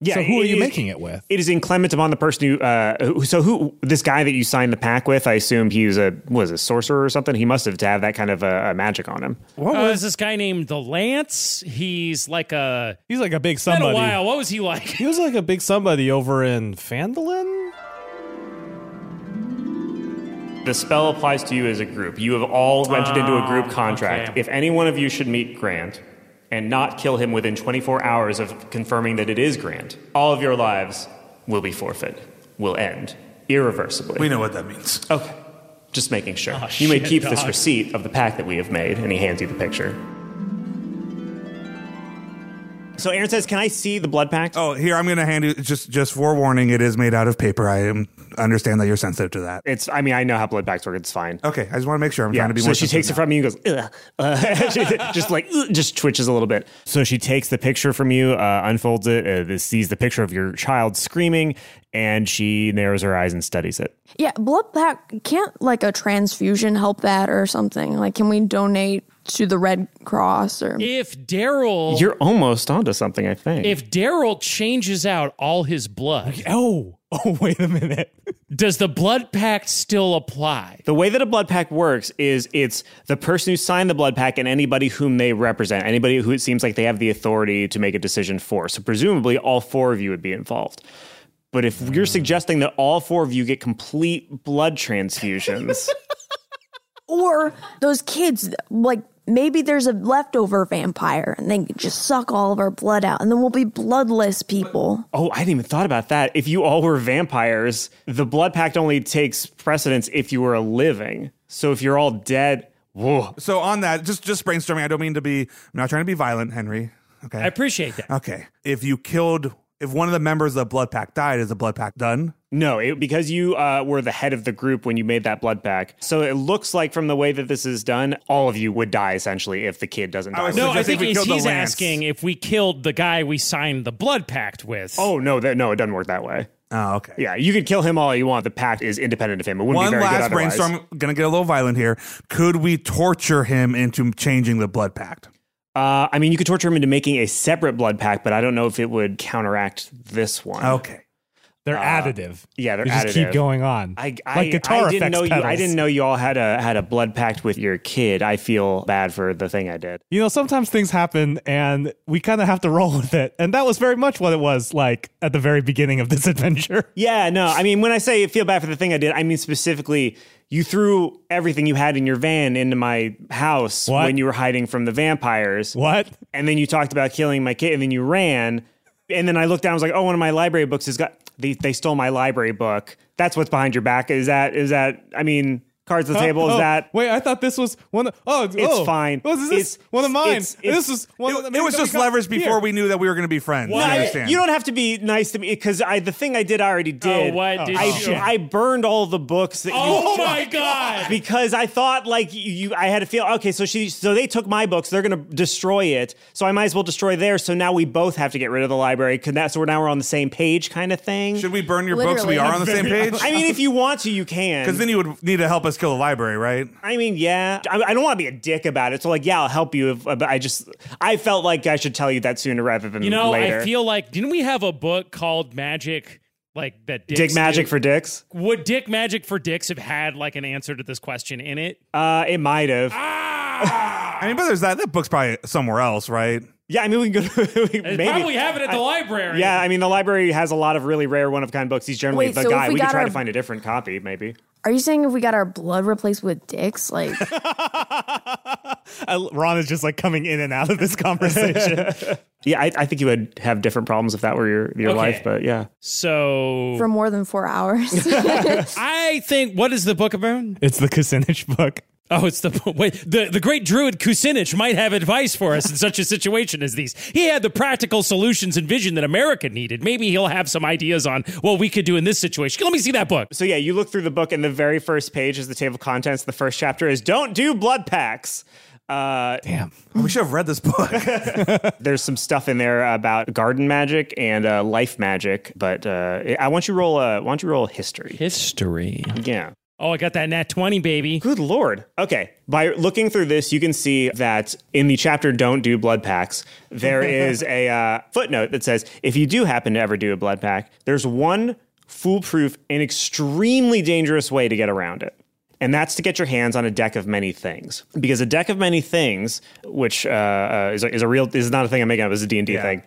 Speaker 4: Yeah,
Speaker 2: So who are
Speaker 4: it-
Speaker 2: you
Speaker 4: it-
Speaker 2: making it with?
Speaker 4: it is inclement upon the person who, uh, who- so who, this guy that you signed the pack with, I assume he was a, was a sorcerer or something. He must have to have that kind of uh, magic on him.
Speaker 6: What was Uh, this guy named the Lance? He's like a
Speaker 2: he's like a big
Speaker 6: Been a
Speaker 2: somebody.
Speaker 6: while. What was he like?
Speaker 2: He was like a big somebody over in Fandolin.
Speaker 4: The spell applies to you as a group. You have all entered into a group
Speaker 6: Ah,
Speaker 4: contract.
Speaker 6: okay.
Speaker 4: If any one of you should meet Grant and not kill him within 24 hours of confirming that it is Grant, all of your lives will be forfeit, will end irreversibly.
Speaker 7: We know what that means.
Speaker 4: Okay. Just making sure.
Speaker 6: Ah,
Speaker 4: you may
Speaker 7: shit,
Speaker 4: keep this
Speaker 7: dog.
Speaker 4: receipt of the pack that we have made, and he hands you the picture. So Aaron says, "Can I see the blood pact?"
Speaker 7: Oh, here I'm going to hand you just just forewarning. It is made out of paper. I am, understand that you're sensitive to that.
Speaker 4: It's. I mean, I know how blood pacts work. It's fine.
Speaker 7: Okay, I just want to make sure I'm trying to be
Speaker 4: so
Speaker 7: more.
Speaker 4: she takes it
Speaker 7: sensitive
Speaker 4: from you and goes, Ugh. Uh, she just like "Ugh," just twitches a little bit. So she takes the picture from you, uh, unfolds it, uh, this- sees the picture of your child screaming, and she narrows her eyes and studies it.
Speaker 5: Yeah, blood pack can't like a transfusion help that or something. Like, can we donate to the Red Cross or?
Speaker 6: If Daryl
Speaker 4: You're almost onto something, I think.
Speaker 6: if Daryl changes out all his blood.
Speaker 2: Oh, oh, wait a minute.
Speaker 6: Does the blood pact still apply?
Speaker 4: The way that a blood pact works is it's the person who signed the blood pact and anybody whom they represent, anybody who it seems like they have the authority to make a decision for. So presumably all four of you would be involved. But if you're suggesting that all four of you get complete blood transfusions,
Speaker 5: Or those kids, like maybe there's a leftover vampire and they could just suck all of our blood out and then we'll be bloodless people.
Speaker 4: oh, I hadn't even thought about that. If you all were vampires, the blood pact only takes precedence if you were living. So if you're all dead, whoa.
Speaker 7: So on that, Uh, just just brainstorming. I don't mean to be. I'm not trying to be violent, Henry. Okay.
Speaker 6: I appreciate that.
Speaker 7: Okay. If you killed if one of the members of the blood pack died, is the blood pack done?
Speaker 4: No, it, because you uh, were the head of the group when you made that blood pack. So it looks like from the way that this is done, all of you would die essentially if the kid doesn't die.
Speaker 6: no, I think he's, he's asking if we killed the guy we signed the blood pact with.
Speaker 4: Oh no, that no, it doesn't work that way.
Speaker 7: Oh, okay.
Speaker 4: Yeah, you could kill him all you want. The pact is independent of him. It wouldn't
Speaker 7: One
Speaker 4: be very good
Speaker 7: last
Speaker 4: otherwise.
Speaker 7: brainstorm. Going to get a little violent here. Could we torture him into changing the blood pact?
Speaker 4: Uh, I mean, you could torture him into making a separate blood pact, but I don't know if it would counteract this one.
Speaker 7: Okay.
Speaker 2: They're
Speaker 4: Uh,
Speaker 2: additive.
Speaker 4: Yeah, they're
Speaker 2: They just
Speaker 4: additive.
Speaker 2: keep going on.
Speaker 4: I, I,
Speaker 2: like guitar
Speaker 4: I didn't
Speaker 2: effects
Speaker 4: know you. I
Speaker 2: pedals.
Speaker 4: didn't know you all had a had a blood pact with your kid. I feel bad for the thing I did.
Speaker 2: You know, sometimes things happen and we kind of have to roll with it. And that was very much what it was like at the very beginning of this adventure.
Speaker 4: Yeah, no. I mean, when I say feel bad for the thing I did, I mean specifically you threw everything you had in your van into my house when you were hiding from the vampires.
Speaker 2: What?
Speaker 4: And then you talked about killing my kid, and then you ran. And then I looked down. I was like, "Oh, one of my library books has got they, they stole my library book. That's what's behind your back. Is that is that? I mean, cards on the
Speaker 2: Huh?
Speaker 4: table.
Speaker 2: Oh,
Speaker 4: is that?
Speaker 2: Wait, I thought this was one. Of, oh,
Speaker 4: It's
Speaker 2: oh,
Speaker 4: fine.
Speaker 2: What is this?
Speaker 4: It's-
Speaker 2: one of mine.
Speaker 4: it's- it's-
Speaker 2: this is one.
Speaker 4: it-
Speaker 2: of the,
Speaker 4: it
Speaker 2: maybe
Speaker 4: was
Speaker 2: that we
Speaker 4: just
Speaker 2: got-
Speaker 4: leverage
Speaker 7: Before
Speaker 2: Here.
Speaker 7: we knew that we were going to be friends.
Speaker 4: No,
Speaker 7: I
Speaker 4: I-
Speaker 7: understand.
Speaker 4: you don't have to be nice to me because I the thing I did I already did.
Speaker 6: Oh,
Speaker 4: Oh,
Speaker 6: what did
Speaker 4: I,
Speaker 6: you-
Speaker 4: I burned all the books that
Speaker 6: Oh
Speaker 4: you
Speaker 6: my God.
Speaker 4: Because I thought like you, you I had a feel okay, so she so they took my books, they're gonna destroy it. So I might as well destroy theirs. So now we both have to get rid of the library. Cause that's so we're now we're on the same page kind of thing.
Speaker 7: Should we burn your books? We are on the same page.
Speaker 4: I mean if you want to, you can.
Speaker 7: because then you would need to help us kill the library, right?
Speaker 4: I mean, yeah. I, I don't want to be a dick about it. So, like, yeah, I'll help you. If, but I just, I felt like I should tell you that sooner rather than
Speaker 6: You know,
Speaker 4: later.
Speaker 6: I feel like didn't we have a book called Magic? Like that. Dicks
Speaker 4: dick magic
Speaker 6: do?
Speaker 4: for dicks.
Speaker 6: Would Dick Magic for Dicks have had like an answer to this question in it?
Speaker 4: Uh, it might have.
Speaker 6: Ah!
Speaker 7: I mean, but there's that. That book's probably somewhere else, right?
Speaker 4: Yeah, I mean, we can go to we-
Speaker 6: They
Speaker 4: maybe.
Speaker 6: probably have it at the
Speaker 4: I-
Speaker 6: library.
Speaker 4: Yeah, I mean, the library has a lot of really rare one of kind books. He's generally
Speaker 5: Wait,
Speaker 4: the
Speaker 5: so if
Speaker 4: guy.
Speaker 5: we
Speaker 4: We, could
Speaker 5: got
Speaker 4: try
Speaker 5: our-
Speaker 4: to find a different copy, maybe.
Speaker 5: Are you saying if we got our blood replaced with dicks, like
Speaker 2: I- Ron is just like coming in and out of this conversation.
Speaker 4: Yeah, I, I think you would have different problems if that were your, your
Speaker 6: Okay.
Speaker 4: life, but yeah.
Speaker 6: So
Speaker 5: for more than four hours?
Speaker 6: I think what is the book about?
Speaker 2: it's the Kucinich book.
Speaker 6: Oh, it's the wait, the the great druid Kucinich might have advice for us in such a situation as these. He had the practical solutions and vision that America needed. Maybe he'll have some ideas on what we could do in this situation. Let me see that book.
Speaker 4: So yeah, you look through the book, and the very first page is the table of contents. The first chapter is "Don't do blood packs." Uh,
Speaker 2: Damn,
Speaker 7: Oh, we should have read this book.
Speaker 4: There's some stuff in there about garden magic and uh, life magic, but uh, I want you to roll. Uh, why don't you roll history?
Speaker 6: History.
Speaker 4: Yeah.
Speaker 6: Oh, I got that nat twenty, baby.
Speaker 4: Good lord. Okay. By looking through this, you can see that in the chapter "Don't do blood packs," there is a uh, footnote that says if you do happen to ever do a blood pack, there's one foolproof and extremely dangerous way to get around it. And that's to get your hands on a deck of many things, because a deck of many things, which uh, uh, is, a, is a real, is not a thing I'm making up, it's a D and D thing.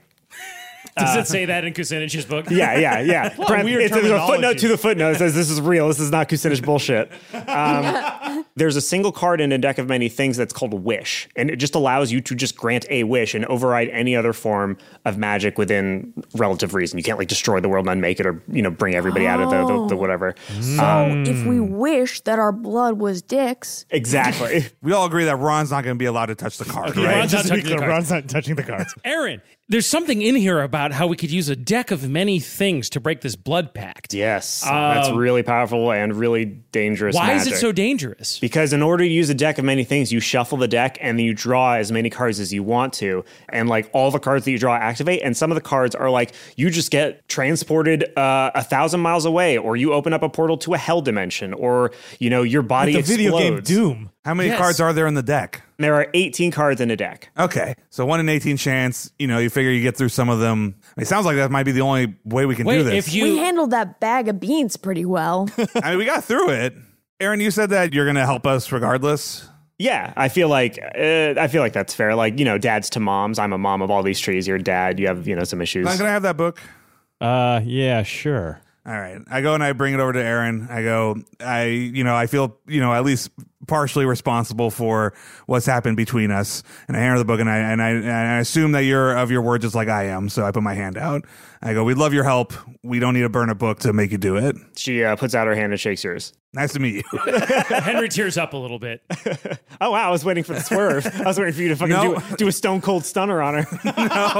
Speaker 6: Does it say that in Kucinich's book?
Speaker 4: Uh, Yeah, yeah, yeah.
Speaker 6: What a
Speaker 4: Prem-
Speaker 6: weird
Speaker 4: it's- there's a footnote
Speaker 6: terminology.
Speaker 4: to the footnote that says this is real. This is not Kucinich bullshit. Um, there's a single card in a deck of many things that's called Wish, and it just allows you to just grant a wish and override any other form of magic within relative reason. You can't like destroy the world and unmake it, or you know bring everybody out of the, the,
Speaker 6: Oh.
Speaker 4: the whatever. Um,
Speaker 5: if we wish that our blood was dicks,
Speaker 4: exactly.
Speaker 7: we all agree that Ron's not going to be allowed to touch the card,
Speaker 6: Okay,
Speaker 7: right?
Speaker 6: Ron's not
Speaker 2: Just to be
Speaker 6: touching the
Speaker 2: clear, Ron's
Speaker 6: cards.
Speaker 2: not touching the cards.
Speaker 6: Aaron, there's something in here about how we could use a deck of many things to break this blood pact.
Speaker 4: Yes, that's
Speaker 6: Um,
Speaker 4: really powerful and really dangerous.
Speaker 6: Why is it
Speaker 4: magic.
Speaker 6: so dangerous?
Speaker 4: Because in order to use a deck of many things, you shuffle the deck and then you draw as many cards as you want to. And like all the cards that you draw activate. And some of the cards are like you just get transported uh, a thousand miles away, or you open up a portal to a hell dimension, or you know, your body
Speaker 2: Like the
Speaker 4: explodes.
Speaker 2: video game Doom.
Speaker 7: How many
Speaker 4: Yes.
Speaker 7: cards are there in the deck?
Speaker 4: There are 18 cards in a deck.
Speaker 7: Okay, so one in eighteen chance. You know, you figure you get through some of them. It sounds like that might be the only way we can do
Speaker 6: Wait,
Speaker 7: this.
Speaker 6: if
Speaker 5: we
Speaker 6: you
Speaker 5: handled that bag of beans pretty well.
Speaker 7: I mean, we got through it. Aaron, you said that you're going to help us regardless.
Speaker 4: Yeah, I feel like uh, I feel like that's fair. Like you know, dads to moms. I'm a mom of all these trees. You're a dad. You have you know some issues.
Speaker 7: Ron, can I have that book?
Speaker 2: Uh, yeah, sure.
Speaker 7: All right. I go and I bring it over to Aaron. I go, I, you know, I feel, you know, at least partially responsible for what's happened between us. And I hand her the book, and I and I, and I assume that you're of your word just like I am. So I put my hand out. I go, "We'd love your help. We don't need to burn a book to make you do it."
Speaker 4: She uh, puts out her hand and shakes yours.
Speaker 7: Nice to meet you.
Speaker 6: Henry tears up a little bit.
Speaker 4: Oh wow! I was waiting for the swerve. I was waiting for you to fucking
Speaker 6: No.
Speaker 4: do, do a stone cold stunner on her.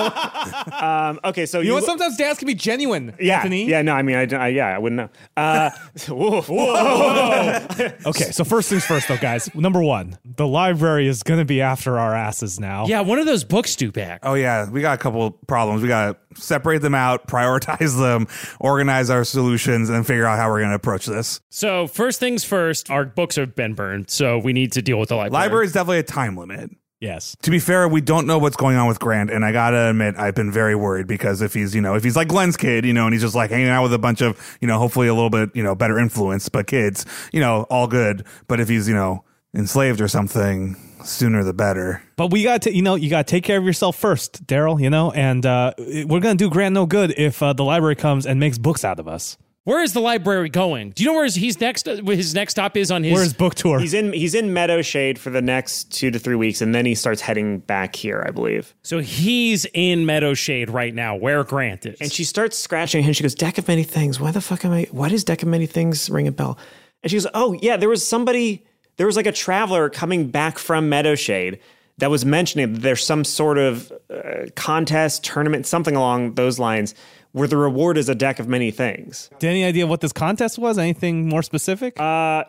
Speaker 4: no. Um, okay, so
Speaker 2: You,
Speaker 4: you,
Speaker 2: know, what? sometimes dads can be genuine.
Speaker 4: yeah,
Speaker 2: Anthony.
Speaker 4: yeah. No, I mean, I, don't- I yeah, I wouldn't know. Uh, whoa, whoa.
Speaker 2: Okay, so first things first, though, guys. Number one, the library is going to be after our asses now.
Speaker 6: Yeah, one of those books do back.
Speaker 7: Oh yeah, we got a couple of problems. We got to separate them out, prioritize them, organize our solutions, and figure out how we're going to approach this.
Speaker 6: So first things first, our books have been burned, so we need to deal with the library.
Speaker 7: Library is definitely a time limit.
Speaker 2: Yes.
Speaker 7: To be fair, we don't know what's going on with Grant, and I gotta admit, I've been very worried because if he's, you know, if he's like Glenn's kid, you know, and he's just like hanging out with a bunch of, you know, hopefully a little bit, you know, better influence, but kids, you know, all good. But if he's, you know, enslaved or something, sooner the better.
Speaker 2: But we got to, you know, you got to take care of yourself first, Daryl, you know, and uh, we're going to do Grant no good if uh, the library comes and makes books out of us.
Speaker 6: Where is the library going? Do you know where his- he's next? Where his next stop is on his?
Speaker 2: book tour?
Speaker 4: He's in he's in Meadow Shade for the next two to three weeks, and then he starts heading back here, I believe.
Speaker 6: So he's in Meadowshade right now, where Grant is.
Speaker 4: And she starts scratching her head. She goes, "Deck of many things. Why the fuck am I? Why does deck of many things ring a bell?" And she goes, "Oh yeah, there was somebody. There was like a traveler coming back from Meadowshade that was mentioning that there's some sort of uh, contest, tournament, something along those lines, where the reward is a deck of many things."
Speaker 2: Did any idea what this contest was? Anything more specific?
Speaker 4: Uh,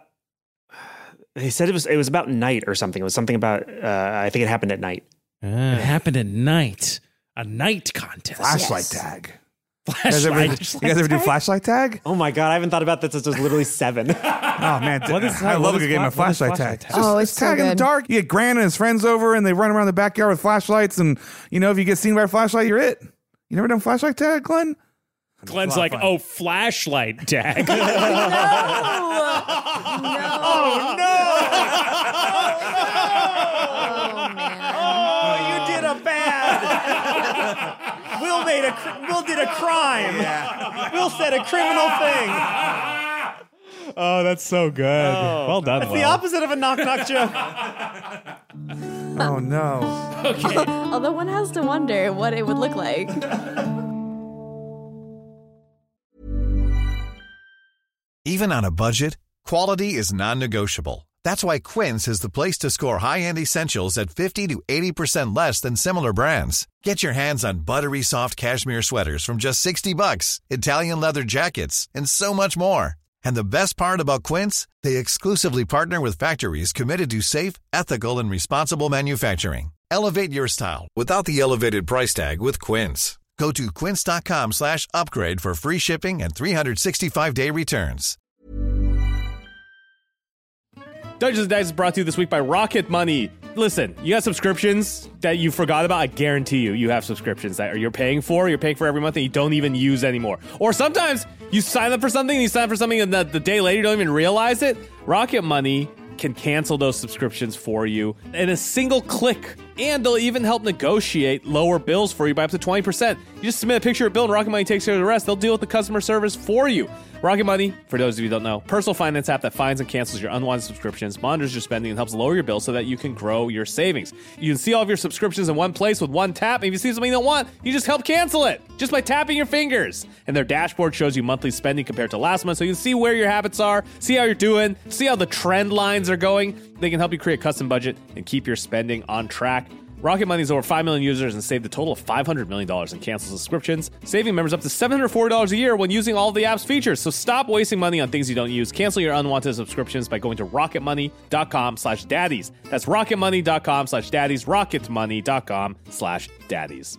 Speaker 4: They said it was it was about night or something. It was something about uh, I think it happened at night.
Speaker 6: it happened at night. A night contest.
Speaker 4: Flashlight Yes.
Speaker 7: tag.
Speaker 4: Flashlight. tag?
Speaker 7: flashlight tag?
Speaker 4: Oh my god, I haven't thought about that since I was literally seven. oh
Speaker 7: man, I love a good game of flashlight tag. Just
Speaker 4: Oh, it's so
Speaker 7: tag in the
Speaker 4: good.
Speaker 7: dark. You get Grant and his friends over, and they run around the backyard with flashlights. And you know, if you get seen by a flashlight, you're it. You never done flashlight tag, Glenn?
Speaker 6: Glenn's like, oh, flashlight tag.
Speaker 9: Oh no!
Speaker 4: Oh, you did a bad. Will made a cr- Will did a crime. Will said a criminal thing.
Speaker 2: Oh, that's so good. well done.
Speaker 4: Oh. That's the
Speaker 2: Will.
Speaker 4: opposite of a knock knock joke.
Speaker 7: Oh no.
Speaker 5: Although one has to wonder what it would look like.
Speaker 11: Even on a budget, quality is non-negotiable. That's why Quince is the place to score high-end essentials at 50 to 80% less than similar brands. Get your hands on buttery soft cashmere sweaters from just 60 bucks, Italian leather jackets, and so much more. And the best part about Quince, they exclusively partner with factories committed to safe, ethical, and responsible manufacturing. Elevate your style without the elevated price tag with Quince. Go to quince.com slash upgrade for free shipping and 365-day returns.
Speaker 1: Dungeons and Dice is brought to you this week by Rocket Money. Listen, you got subscriptions that you forgot about. I guarantee you, you have subscriptions that you're paying for, you're paying for every month, and you don't even use anymore. Or sometimes you sign up for something and you sign up for something, and the, the day later you don't even realize it. Rocket Money can cancel those subscriptions for you in a single click, and they'll even help negotiate lower bills for you by up to 20%. You just submit a picture of a bill, and Rocket Money takes care of the rest. They'll deal with the customer service for you. Rocket Money, for those of you who don't know, personal finance app that finds and cancels your unwanted subscriptions, monitors your spending, and helps lower your bills so that you can grow your savings. You can see all of your subscriptions in one place with one tap. If you see something you don't want, you just help cancel it just by tapping your fingers. And their dashboard shows you monthly spending compared to last month, so you can see where your habits are, see how you're doing, see how the trend lines are going. They can help you create a custom budget and keep your spending on track. Rocket Money has over 5 million users and saved a total of $500 million in canceled subscriptions, saving members up to $740 a year when using all of the app's features. So stop wasting money on things you don't use. Cancel your unwanted subscriptions by going to rocketmoney.com slash daddies. That's rocketmoney.com slash daddies, rocketmoney.com slash daddies.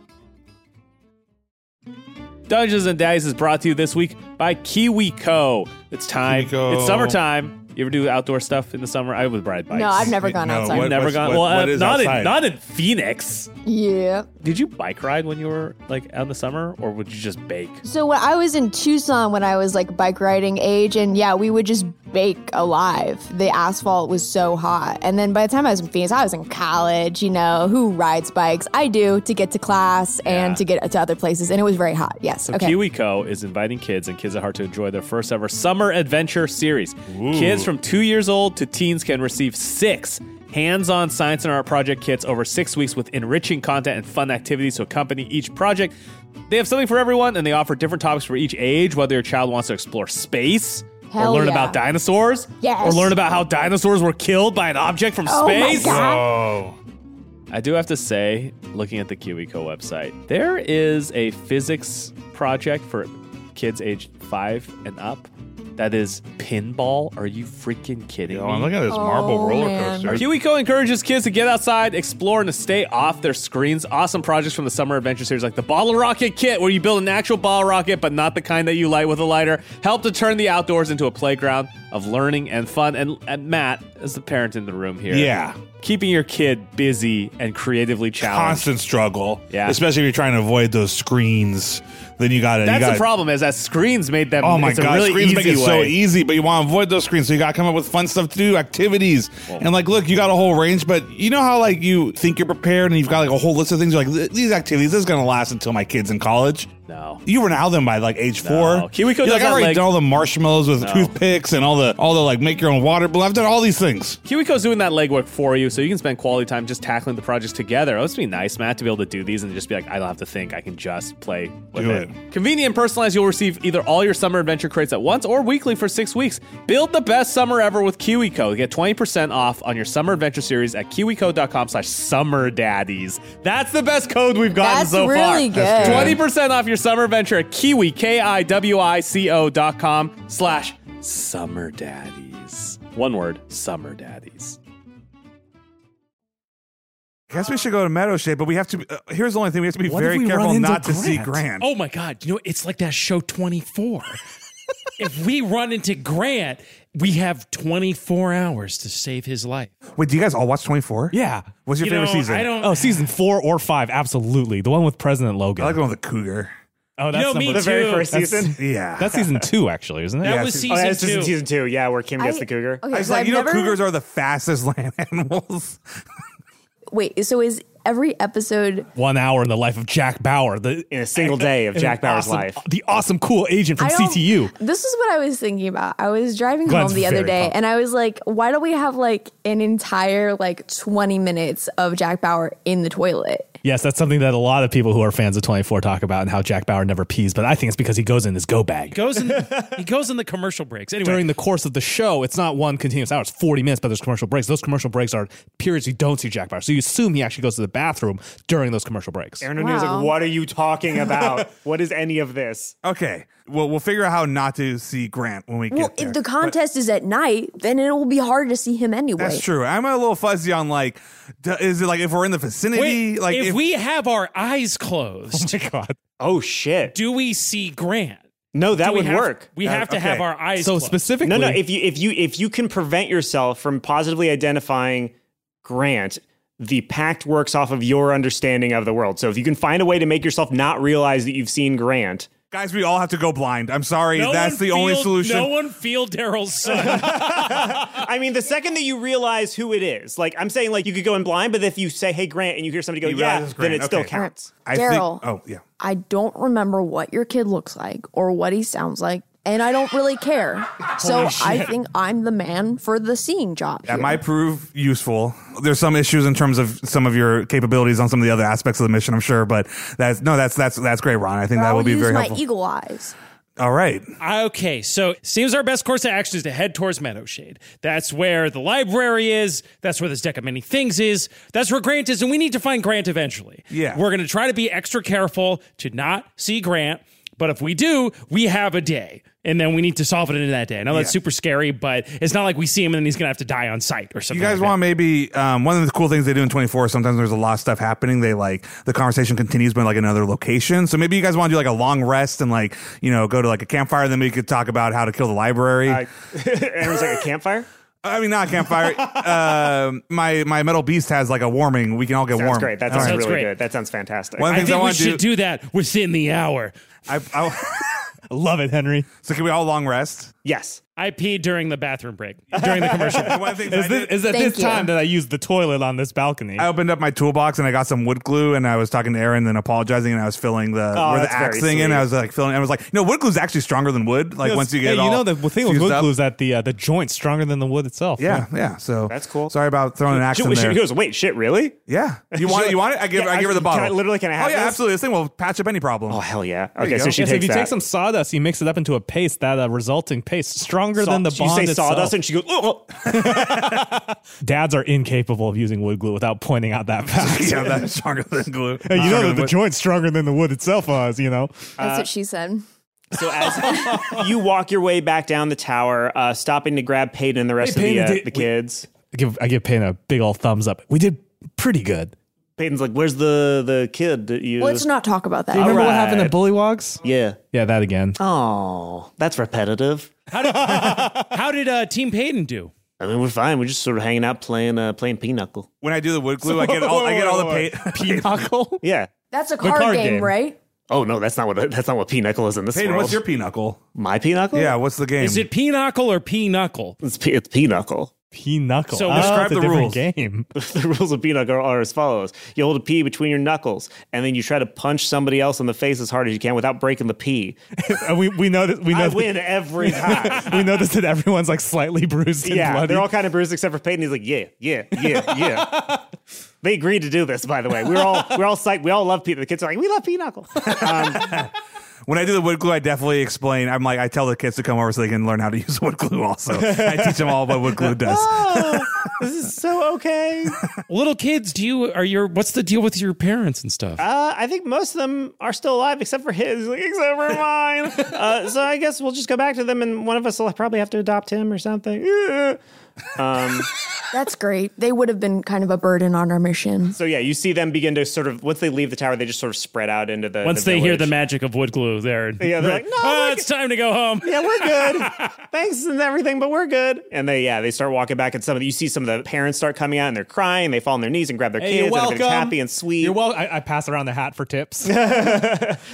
Speaker 1: Dungeons and Daddies is brought to you this week by KiwiCo. It's time.
Speaker 7: KiwiCo.
Speaker 1: It's summertime. You ever do outdoor stuff in the summer? I would ride bikes.
Speaker 5: No, I've never gone outside.
Speaker 1: I've never gone. well, uh, not in not in Phoenix.
Speaker 12: Yeah.
Speaker 1: Did you bike ride when you were like out in the summer, or would you just bake?
Speaker 12: So when I was in Tucson when I was like bike riding age and yeah, we would just
Speaker 5: bake alive. The asphalt was so hot. And then by the time I was in Phoenix, I was in college, you know, who rides bikes? I do to get to class and to get to other places. And it was very hot. Yes.
Speaker 1: So
Speaker 5: okay.
Speaker 1: KiwiCo is inviting kids and kids at heart to enjoy their first ever summer adventure series. Kids from two years old to teens can receive six hands-on science and art project kits over six weeks with enriching content and fun activities to accompany each project. They have something for everyone, and they offer different topics for each age. Whether your child wants to explore space.
Speaker 5: Hell
Speaker 1: or learn
Speaker 5: yeah.
Speaker 1: about dinosaurs?
Speaker 5: Yes.
Speaker 1: Or learn about how dinosaurs were killed by an object from
Speaker 5: Oh my
Speaker 1: space?
Speaker 5: God.
Speaker 1: I do have to say, looking at the KiwiCo website, there is a physics project for kids aged five and up. That is pinball. Are you freaking kidding me?
Speaker 10: I'm looking at this marble Oh, roller man. coaster.
Speaker 1: KiwiCo encourages kids to get outside, explore, and to stay off their screens. Awesome projects from the summer adventure series, like the bottle rocket kit, where you build an actual bottle rocket, but not the kind that you light with a lighter. Help to turn the outdoors into a playground of learning and fun. And, and Matt, as the parent in the room here,
Speaker 10: Yeah.
Speaker 1: keeping your kid busy and creatively challenged.
Speaker 10: Constant struggle.
Speaker 1: Yeah.
Speaker 10: Especially if you're trying to avoid those screens. Then you got to.
Speaker 1: That's
Speaker 10: you gotta,
Speaker 1: the problem is that screens made them.
Speaker 10: Oh my
Speaker 1: it's a
Speaker 10: god,
Speaker 1: really
Speaker 10: screens make
Speaker 1: easy
Speaker 10: it so
Speaker 1: way.
Speaker 10: easy, but you want to avoid those screens, so you got to come up with fun stuff to do, activities, and like, look, you got a whole range, but you know how like you think you're prepared, and you've got like a whole list of things. You're like, these activities this is gonna last until my kids in college.
Speaker 1: No,
Speaker 10: you were now them by like age
Speaker 1: No.
Speaker 10: four.
Speaker 1: KiwiCo
Speaker 10: You're
Speaker 1: does
Speaker 10: like,
Speaker 1: that,
Speaker 10: I've already
Speaker 1: like-
Speaker 10: done all the marshmallows with
Speaker 1: No.
Speaker 10: toothpicks and all the all the like make your own water. balloon. I've done all these things.
Speaker 1: KiwiCo's doing that legwork for you, so you can spend quality time just tackling the projects together. It would be nice, Matt, to be able to do these and just be like, I don't have to think. I can just play with
Speaker 10: Do
Speaker 1: it. Convenient and personalized, you'll receive either all your summer adventure crates at once or weekly for six weeks. Build the best summer ever with KiwiCo. Get 20% off on your summer adventure series at kiwico.com slash summer daddies. That's the best code we've gotten
Speaker 5: That's
Speaker 1: so
Speaker 5: really good.
Speaker 1: far.
Speaker 5: That's good.
Speaker 1: 20% off your summer adventure at kiwi, K-I-W-I-C-O dot com slash summer daddies. One word, summer daddies.
Speaker 7: I guess we should go to Meadow Shade, but we have to. Uh, here's the only thing we have to be
Speaker 6: What if
Speaker 7: very
Speaker 6: we
Speaker 7: careful
Speaker 6: run into
Speaker 7: not to see
Speaker 6: Grant?
Speaker 7: Grant.
Speaker 6: Oh my God. You know, it's like that show 24. if we run into Grant, we have 24 hours to save his life.
Speaker 7: Wait, do you guys all watch 24?
Speaker 2: Yeah.
Speaker 7: What's your
Speaker 6: You
Speaker 7: favorite
Speaker 6: know,
Speaker 7: season?
Speaker 6: I don't-
Speaker 2: Oh, season four or five, absolutely. The one with President Logan. I like
Speaker 7: the one with the cougar.
Speaker 2: Oh, that's
Speaker 6: You know, me
Speaker 2: number
Speaker 6: The very too. first
Speaker 7: season?
Speaker 2: yeah, that's season two, actually, isn't it?
Speaker 7: That Yeah, was
Speaker 4: Oh, that's just in season two. Yeah, where Kim gets
Speaker 5: I-
Speaker 4: the cougar.
Speaker 5: okay,
Speaker 7: I was
Speaker 5: so
Speaker 7: like,
Speaker 5: I've
Speaker 7: you know,
Speaker 5: never-
Speaker 7: cougars are the fastest land animals.
Speaker 5: Wait, so is every episode
Speaker 2: One hour in the life of Jack Bauer. The,
Speaker 4: in a single day of Jack Bauer's life.
Speaker 2: The awesome, cool agent from
Speaker 5: I don't-
Speaker 2: CTU.
Speaker 5: This is what I was thinking about. I was driving
Speaker 2: Glenn's
Speaker 5: home the other
Speaker 2: very
Speaker 5: day
Speaker 2: pumped.
Speaker 5: and I was like, why don't we have like an entire like 20 minutes of Jack Bauer in the toilet?
Speaker 2: Yes, that's something that a lot of people who are fans of 24 talk about and how Jack Bauer never pees, but I think it's because he goes in his go bag.
Speaker 6: He goes in he goes in the commercial breaks. Anyway,
Speaker 2: During the course of the show, it's not one continuous hour, it's 40 minutes, but there's commercial breaks. Those commercial breaks are periods you don't see Jack Bauer. So you assume he actually goes to the bathroom during those commercial breaks.
Speaker 4: Aaron O'Neill's
Speaker 7: Wow.
Speaker 4: like, what are you talking about? what is any of this?
Speaker 7: Okay, well, we'll figure out how not to see Grant when we get
Speaker 5: Well,
Speaker 7: there.
Speaker 5: if the contest is at night, then it will be hard to see him anyway.
Speaker 7: That's true. I'm a little fuzzy on like, d- is it like if we're in the vicinity?
Speaker 6: Wait,
Speaker 7: like
Speaker 6: if, we have our eyes closed,
Speaker 2: oh my god,
Speaker 4: oh shit,
Speaker 6: do we see Grant?
Speaker 4: No, that
Speaker 6: Do we
Speaker 4: would
Speaker 6: have-
Speaker 4: work.
Speaker 6: we have to have our eyes So closed. specifically-
Speaker 4: no, no. If you if you if you can prevent yourself from positively identifying Grant, the pact works off of your understanding of the world. So if you can find a way to make yourself not realize that you've seen Grant,
Speaker 7: guys, we all have to go blind. I'm sorry,
Speaker 6: No
Speaker 7: that's
Speaker 6: one
Speaker 7: the only
Speaker 6: feel-
Speaker 7: solution.
Speaker 6: No one feel Daryl's son.
Speaker 4: I mean, the second that you realize who it is, like I'm saying, like you could go in blind, but if you say, "Hey, Grant," and you hear somebody go,
Speaker 7: You realize
Speaker 4: "Yeah,"
Speaker 7: it's
Speaker 4: then
Speaker 7: Grant.
Speaker 4: it still
Speaker 7: Okay.
Speaker 4: counts.
Speaker 7: I think-
Speaker 5: Daryl.
Speaker 7: oh yeah.
Speaker 5: I don't remember what your kid looks like or what he sounds like, and I don't really care. so
Speaker 7: Holy
Speaker 5: I
Speaker 7: shit.
Speaker 5: think I'm the man for the seeing job.
Speaker 7: That
Speaker 5: here.
Speaker 7: might prove useful. There's some issues in terms of some of your capabilities on some of the other aspects of the mission, I'm sure, but that's no, that's that's that's great, Ron. I think that
Speaker 5: I'll
Speaker 7: would be
Speaker 5: use
Speaker 7: very
Speaker 5: my
Speaker 7: helpful.
Speaker 5: eagle eyes.
Speaker 7: All right.
Speaker 6: okay, so seems our best course of action is to head towards Meadowshade. That's where the library is. That's where this deck of many things is. That's where Grant is, and we need to find Grant eventually.
Speaker 7: Yeah.
Speaker 6: we're going to try to be extra careful to not see Grant. But if we do, we have a day, and then we need to solve it into that day. I know that's
Speaker 7: Yeah.
Speaker 6: super scary, but it's not like we see him and then he's going to have to die on sight or something.
Speaker 7: You guys
Speaker 6: like
Speaker 7: want maybe um, one of the cool things they do in 24. Sometimes there's a lot of stuff happening. They like the conversation continues, but in, like another location. So maybe you guys want to do like a long rest and like you know go to like a campfire. Then we could talk about how to kill the library.
Speaker 4: Uh, Aaron's like a campfire.
Speaker 7: I mean, not a campfire. Um my my metal beast has like a warming. We can all get
Speaker 4: Sounds
Speaker 7: warm.
Speaker 4: great. That
Speaker 7: All
Speaker 4: sounds
Speaker 7: right.
Speaker 4: really good. That sounds fantastic.
Speaker 7: One of the
Speaker 6: I
Speaker 7: things I,
Speaker 6: think we
Speaker 7: want to
Speaker 6: should do that within the hour.
Speaker 7: I, I
Speaker 2: Love it, Henry.
Speaker 7: So can we all long rest?
Speaker 4: Yes.
Speaker 6: I peed during the bathroom break, during the commercial.
Speaker 7: One of the things
Speaker 1: Is,
Speaker 7: I
Speaker 1: this,
Speaker 7: did-
Speaker 1: is at
Speaker 7: Thank
Speaker 1: this
Speaker 7: you.
Speaker 1: time that I used the toilet on this balcony.
Speaker 7: I opened up my toolbox and I got some wood glue and I was talking to Aaron and apologizing and I was filling the
Speaker 1: Oh,
Speaker 7: Uh, where
Speaker 2: Uh,
Speaker 7: the
Speaker 1: that's
Speaker 7: axe
Speaker 1: very
Speaker 7: thing in.
Speaker 1: sweet.
Speaker 7: I was like filling. I was like, no, wood glue's actually stronger than wood. Like
Speaker 1: Yes.
Speaker 7: once you get,
Speaker 1: Hey,
Speaker 7: it all
Speaker 1: you know the thing with
Speaker 7: fused
Speaker 1: wood
Speaker 7: up.
Speaker 1: glue is that the uh, the joint's stronger than the wood itself.
Speaker 7: Yeah, yeah. So
Speaker 1: That's
Speaker 7: cool. Sorry about throwing an axe
Speaker 1: She-
Speaker 7: in
Speaker 1: she
Speaker 7: there.
Speaker 1: goes,
Speaker 4: wait, shit, really?
Speaker 7: Yeah, you want it? You want it? I give.
Speaker 1: Yeah,
Speaker 7: I give her the
Speaker 1: I-
Speaker 7: bottle.
Speaker 1: can I- literally, can I have
Speaker 7: Oh yeah,
Speaker 1: this?
Speaker 7: absolutely. This thing will patch up any problem. Oh
Speaker 4: hell yeah.
Speaker 1: There you go. Yeah, so if you take some sawdust, you mix it up into a paste. That uh, resulting paste stronger
Speaker 4: Saw-
Speaker 1: than the
Speaker 4: you
Speaker 1: bond
Speaker 4: say
Speaker 1: itself.
Speaker 4: sawdust and she goes, oh,
Speaker 1: Dads are incapable of using wood glue without pointing out that fact.
Speaker 7: yeah, that's stronger than glue.
Speaker 1: Hey, you know
Speaker 7: Stronger
Speaker 1: that
Speaker 7: than
Speaker 1: the
Speaker 7: wood.
Speaker 1: joint's stronger than the wood itself was. You know.
Speaker 4: Uh,
Speaker 5: That's what she said.
Speaker 4: you walk your way back down the tower, uh, stopping to grab Peyton and the rest
Speaker 1: Hey,
Speaker 4: of
Speaker 1: Peyton,
Speaker 4: the, uh,
Speaker 1: did-
Speaker 4: the kids.
Speaker 1: I give I give Payne a big old thumbs up. We did pretty good.
Speaker 4: Peyton's like, where's the, the kid that you...
Speaker 5: Let's not talk about that.
Speaker 1: Do you remember what happened at Bullywogs?
Speaker 4: Yeah.
Speaker 1: Yeah, that again.
Speaker 4: Oh, that's repetitive.
Speaker 6: How did uh, Team Payton do?
Speaker 4: I mean, we're fine. We're just sort of hanging out playing uh, playing pinochle.
Speaker 7: When I do the wood glue, I get all. I get all the paint.
Speaker 1: pinochle.
Speaker 4: Yeah.
Speaker 5: That's a
Speaker 4: The
Speaker 5: card,
Speaker 4: card
Speaker 5: game,
Speaker 4: game.
Speaker 5: right?
Speaker 4: Oh no, that's not what that's not what pinochle is in this
Speaker 7: Peyton,
Speaker 4: world.
Speaker 7: what's your pinochle?
Speaker 4: My pinochle?
Speaker 7: Yeah, what's the game?
Speaker 6: Is it pinochle or pinochle?
Speaker 4: It's p- it's pinochle.
Speaker 1: Pinochle.
Speaker 4: So
Speaker 1: Ah,
Speaker 4: describe
Speaker 1: it's a
Speaker 4: the
Speaker 1: different
Speaker 4: rules.
Speaker 1: Game.
Speaker 4: the rules of pinochle are as follows: you hold a pea between your knuckles, and then you try to punch somebody else in the face as hard as you can without breaking the pea.
Speaker 1: And Uh, we we know that we know
Speaker 4: I
Speaker 1: that-
Speaker 4: win every time.
Speaker 1: we noticed that everyone's like slightly bruised and
Speaker 4: yeah,
Speaker 1: bloody.
Speaker 4: they're all kind of bruised except for Peyton. He's like, yeah, yeah, yeah, yeah. they agreed to do this, by the way. We We're all we we're all psyched. We all love Pete. The kids are like, we love pinochle.
Speaker 7: When I do the wood glue, I definitely explain. I'm like, I tell the kids to come over so they can learn how to use wood glue. Also, I teach them all what wood glue does.
Speaker 4: oh, this is so okay.
Speaker 6: Little kids, do you are your what's the deal with your parents and stuff?
Speaker 4: Uh, I think most of them are still alive, except for his, like, except for mine. Uh, so I guess we'll just go back to them, and one of us will probably have to adopt him or something. Um,
Speaker 5: That's great. They would have been kind of a burden on our mission.
Speaker 4: so yeah, you see them begin to sort of once they leave the tower, they just sort of spread out into the.
Speaker 6: Once they hear the magic of wood glue, there.
Speaker 4: Yeah, they're like, no,
Speaker 1: Ah,
Speaker 6: it's time to go home.
Speaker 4: Yeah, we're good. Thanks and everything, but we're good. And they, yeah, they start walking back, and some of the, you see some of the parents start coming out, and they're crying. They fall on their knees and grab their
Speaker 1: Hey,
Speaker 4: kids.
Speaker 1: you're
Speaker 4: and
Speaker 1: welcome.
Speaker 4: everything's happy and sweet.
Speaker 1: You're welcome. I, I pass around the hat for tips. like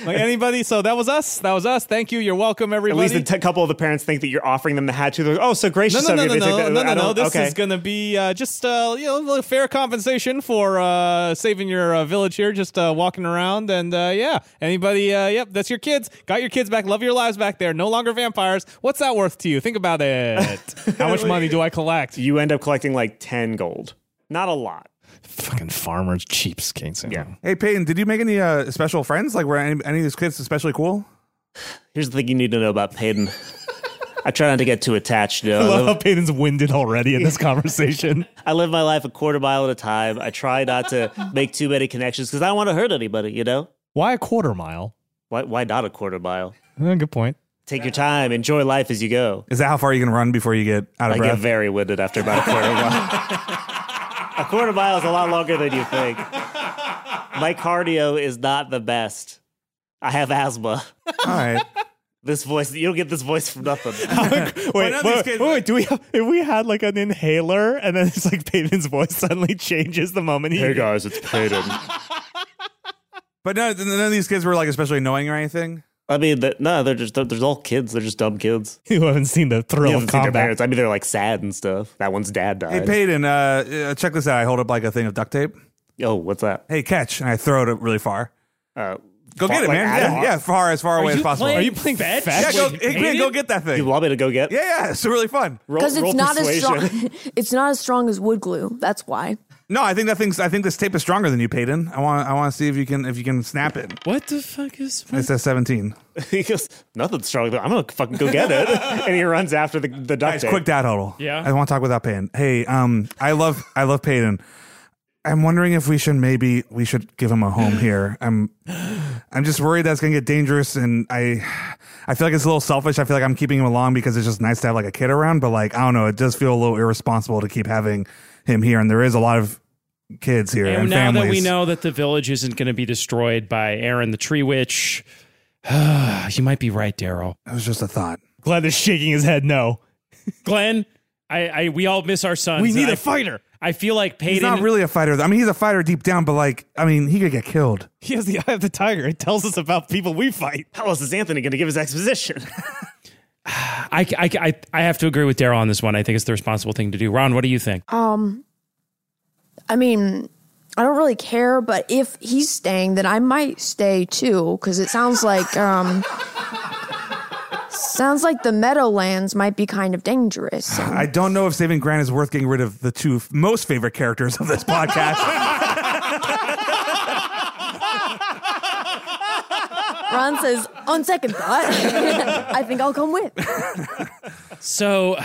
Speaker 1: anybody. So that was us. That was us. Thank you. You're welcome,
Speaker 4: At
Speaker 1: everybody.
Speaker 4: least a t- couple of the parents think that you're offering them the hat too. They're like, oh, so
Speaker 1: no,
Speaker 4: gracious
Speaker 1: no, no,
Speaker 4: of
Speaker 1: no,
Speaker 4: you. They take
Speaker 1: no,
Speaker 4: that-
Speaker 1: no,
Speaker 4: I
Speaker 1: no, no.
Speaker 4: don't-
Speaker 1: This
Speaker 4: okay.
Speaker 1: is going to be uh, just uh, you know a little fair compensation for uh, saving your uh, village here, just uh, walking around, and uh, yeah, anybody, uh, yep, that's your kids. Got your kids back. Love your lives back there. No longer vampires. What's that worth to you? Think about it. How much money do I collect?
Speaker 4: You end up collecting like ten gold. Not a lot.
Speaker 1: Fucking farmers, cheapskates. Yeah.
Speaker 7: Hey Peyton, did you make any uh, special friends? Like, were any, any of these kids especially cool?
Speaker 4: Here's the thing you need to know about Peyton. I try not to get too attached. You know?
Speaker 1: I
Speaker 4: I,
Speaker 1: love how
Speaker 4: live,
Speaker 1: Peyton's winded already in this conversation.
Speaker 4: I live my life a quarter mile at a time. I try not to make too many connections because I don't want to hurt anybody. You know
Speaker 1: Why a quarter mile?
Speaker 4: why? Why not a quarter mile?
Speaker 1: Eh, Good point.
Speaker 4: Take your time. Enjoy life as you go.
Speaker 7: Is that how far you can run before you get out of
Speaker 4: I
Speaker 7: breath?
Speaker 4: get very winded after about a quarter mile. a quarter mile is a lot longer than you think. My cardio is not the best. I have asthma.
Speaker 7: All right.
Speaker 4: This voice, you don't get this voice from nothing.
Speaker 1: Wait, wait, wait, wait, do we have, if we had like an inhaler and then it's like Peytonon's voice suddenly changes the moment he
Speaker 4: Hey, guys, it's Peyton.
Speaker 7: but no, none of these kids were like especially annoying or anything.
Speaker 4: I mean, the, no, they're just they're, they're all kids. They're just dumb kids.
Speaker 1: You haven't seen the
Speaker 4: You
Speaker 1: thrill
Speaker 4: haven't
Speaker 1: of
Speaker 4: seen their
Speaker 1: combat.
Speaker 4: parents. I mean, they're like sad and stuff. That one's dad died.
Speaker 7: Hey Peyton, uh, uh, check this out. I hold up like a thing of duct tape.
Speaker 4: Yo, what's that?
Speaker 7: Hey, catch! And I throw it up really far.
Speaker 4: Uh,
Speaker 7: Go
Speaker 4: far-
Speaker 7: get it,
Speaker 4: like
Speaker 7: man.
Speaker 4: Adam?
Speaker 7: Yeah, yeah, far as far
Speaker 4: Are
Speaker 7: away as
Speaker 4: you
Speaker 7: possible.
Speaker 4: playing Are you playing fetch? fetch
Speaker 7: Yeah, go,
Speaker 4: with
Speaker 7: hey, man,
Speaker 4: Peyton?
Speaker 7: go get that thing.
Speaker 4: You want me to go get?
Speaker 7: Yeah, yeah, it's really fun.
Speaker 5: Because it's not as strong. it's not as strong as wood glue. That's why.
Speaker 7: No, I think that thing's. I think this tape is stronger than you, Peyton. I want. I want to see if you can. If you can snap it.
Speaker 6: What the fuck is?
Speaker 7: It says seventeen.
Speaker 4: he goes, nothing's strong. I'm gonna fucking go get it. and he runs after the the duct
Speaker 7: Guys,
Speaker 4: tape.
Speaker 7: quick dad huddle.
Speaker 4: Yeah.
Speaker 7: I want to talk without Peyton. Hey, um, I love. I love Peyton. I'm wondering if we should maybe we should give him a home here. I'm. I'm just worried that's gonna get dangerous, and I. I feel like it's a little selfish. I feel like I'm keeping him along because it's just nice to have like a kid around. But like I don't know, it does feel a little irresponsible to keep having him here, and there is a lot of kids here and,
Speaker 6: And now
Speaker 7: families.
Speaker 6: that we know that the village isn't going to be destroyed by Aaron the Tree Witch, you might be right, Daryl.
Speaker 7: It was just a thought.
Speaker 1: Glenn is shaking his head no.
Speaker 6: Glenn, I, I we all miss our sons.
Speaker 1: We need
Speaker 6: a
Speaker 1: a fighter.
Speaker 6: I feel like Peyton.
Speaker 7: He's not really a fighter. though. I mean, he's a fighter deep down, but like, I mean, he could get killed.
Speaker 1: He has the eye of the tiger. It tells us about people we fight.
Speaker 4: How else is Anthony gonna give his exposition?
Speaker 6: I, I, I, I have to agree with Daryl on this one. I think it's the responsible thing to do. Ron, what do you think?
Speaker 5: Um, I mean, I don't really care, but if he's staying, then I might stay too, because it sounds like um, sounds like the Meadowlands might be kind of dangerous.
Speaker 7: I don't know if saving Grant is worth getting rid of the two f- most favorite characters of this podcast.
Speaker 5: Ron says, on second thought, I think I'll come with.
Speaker 6: So,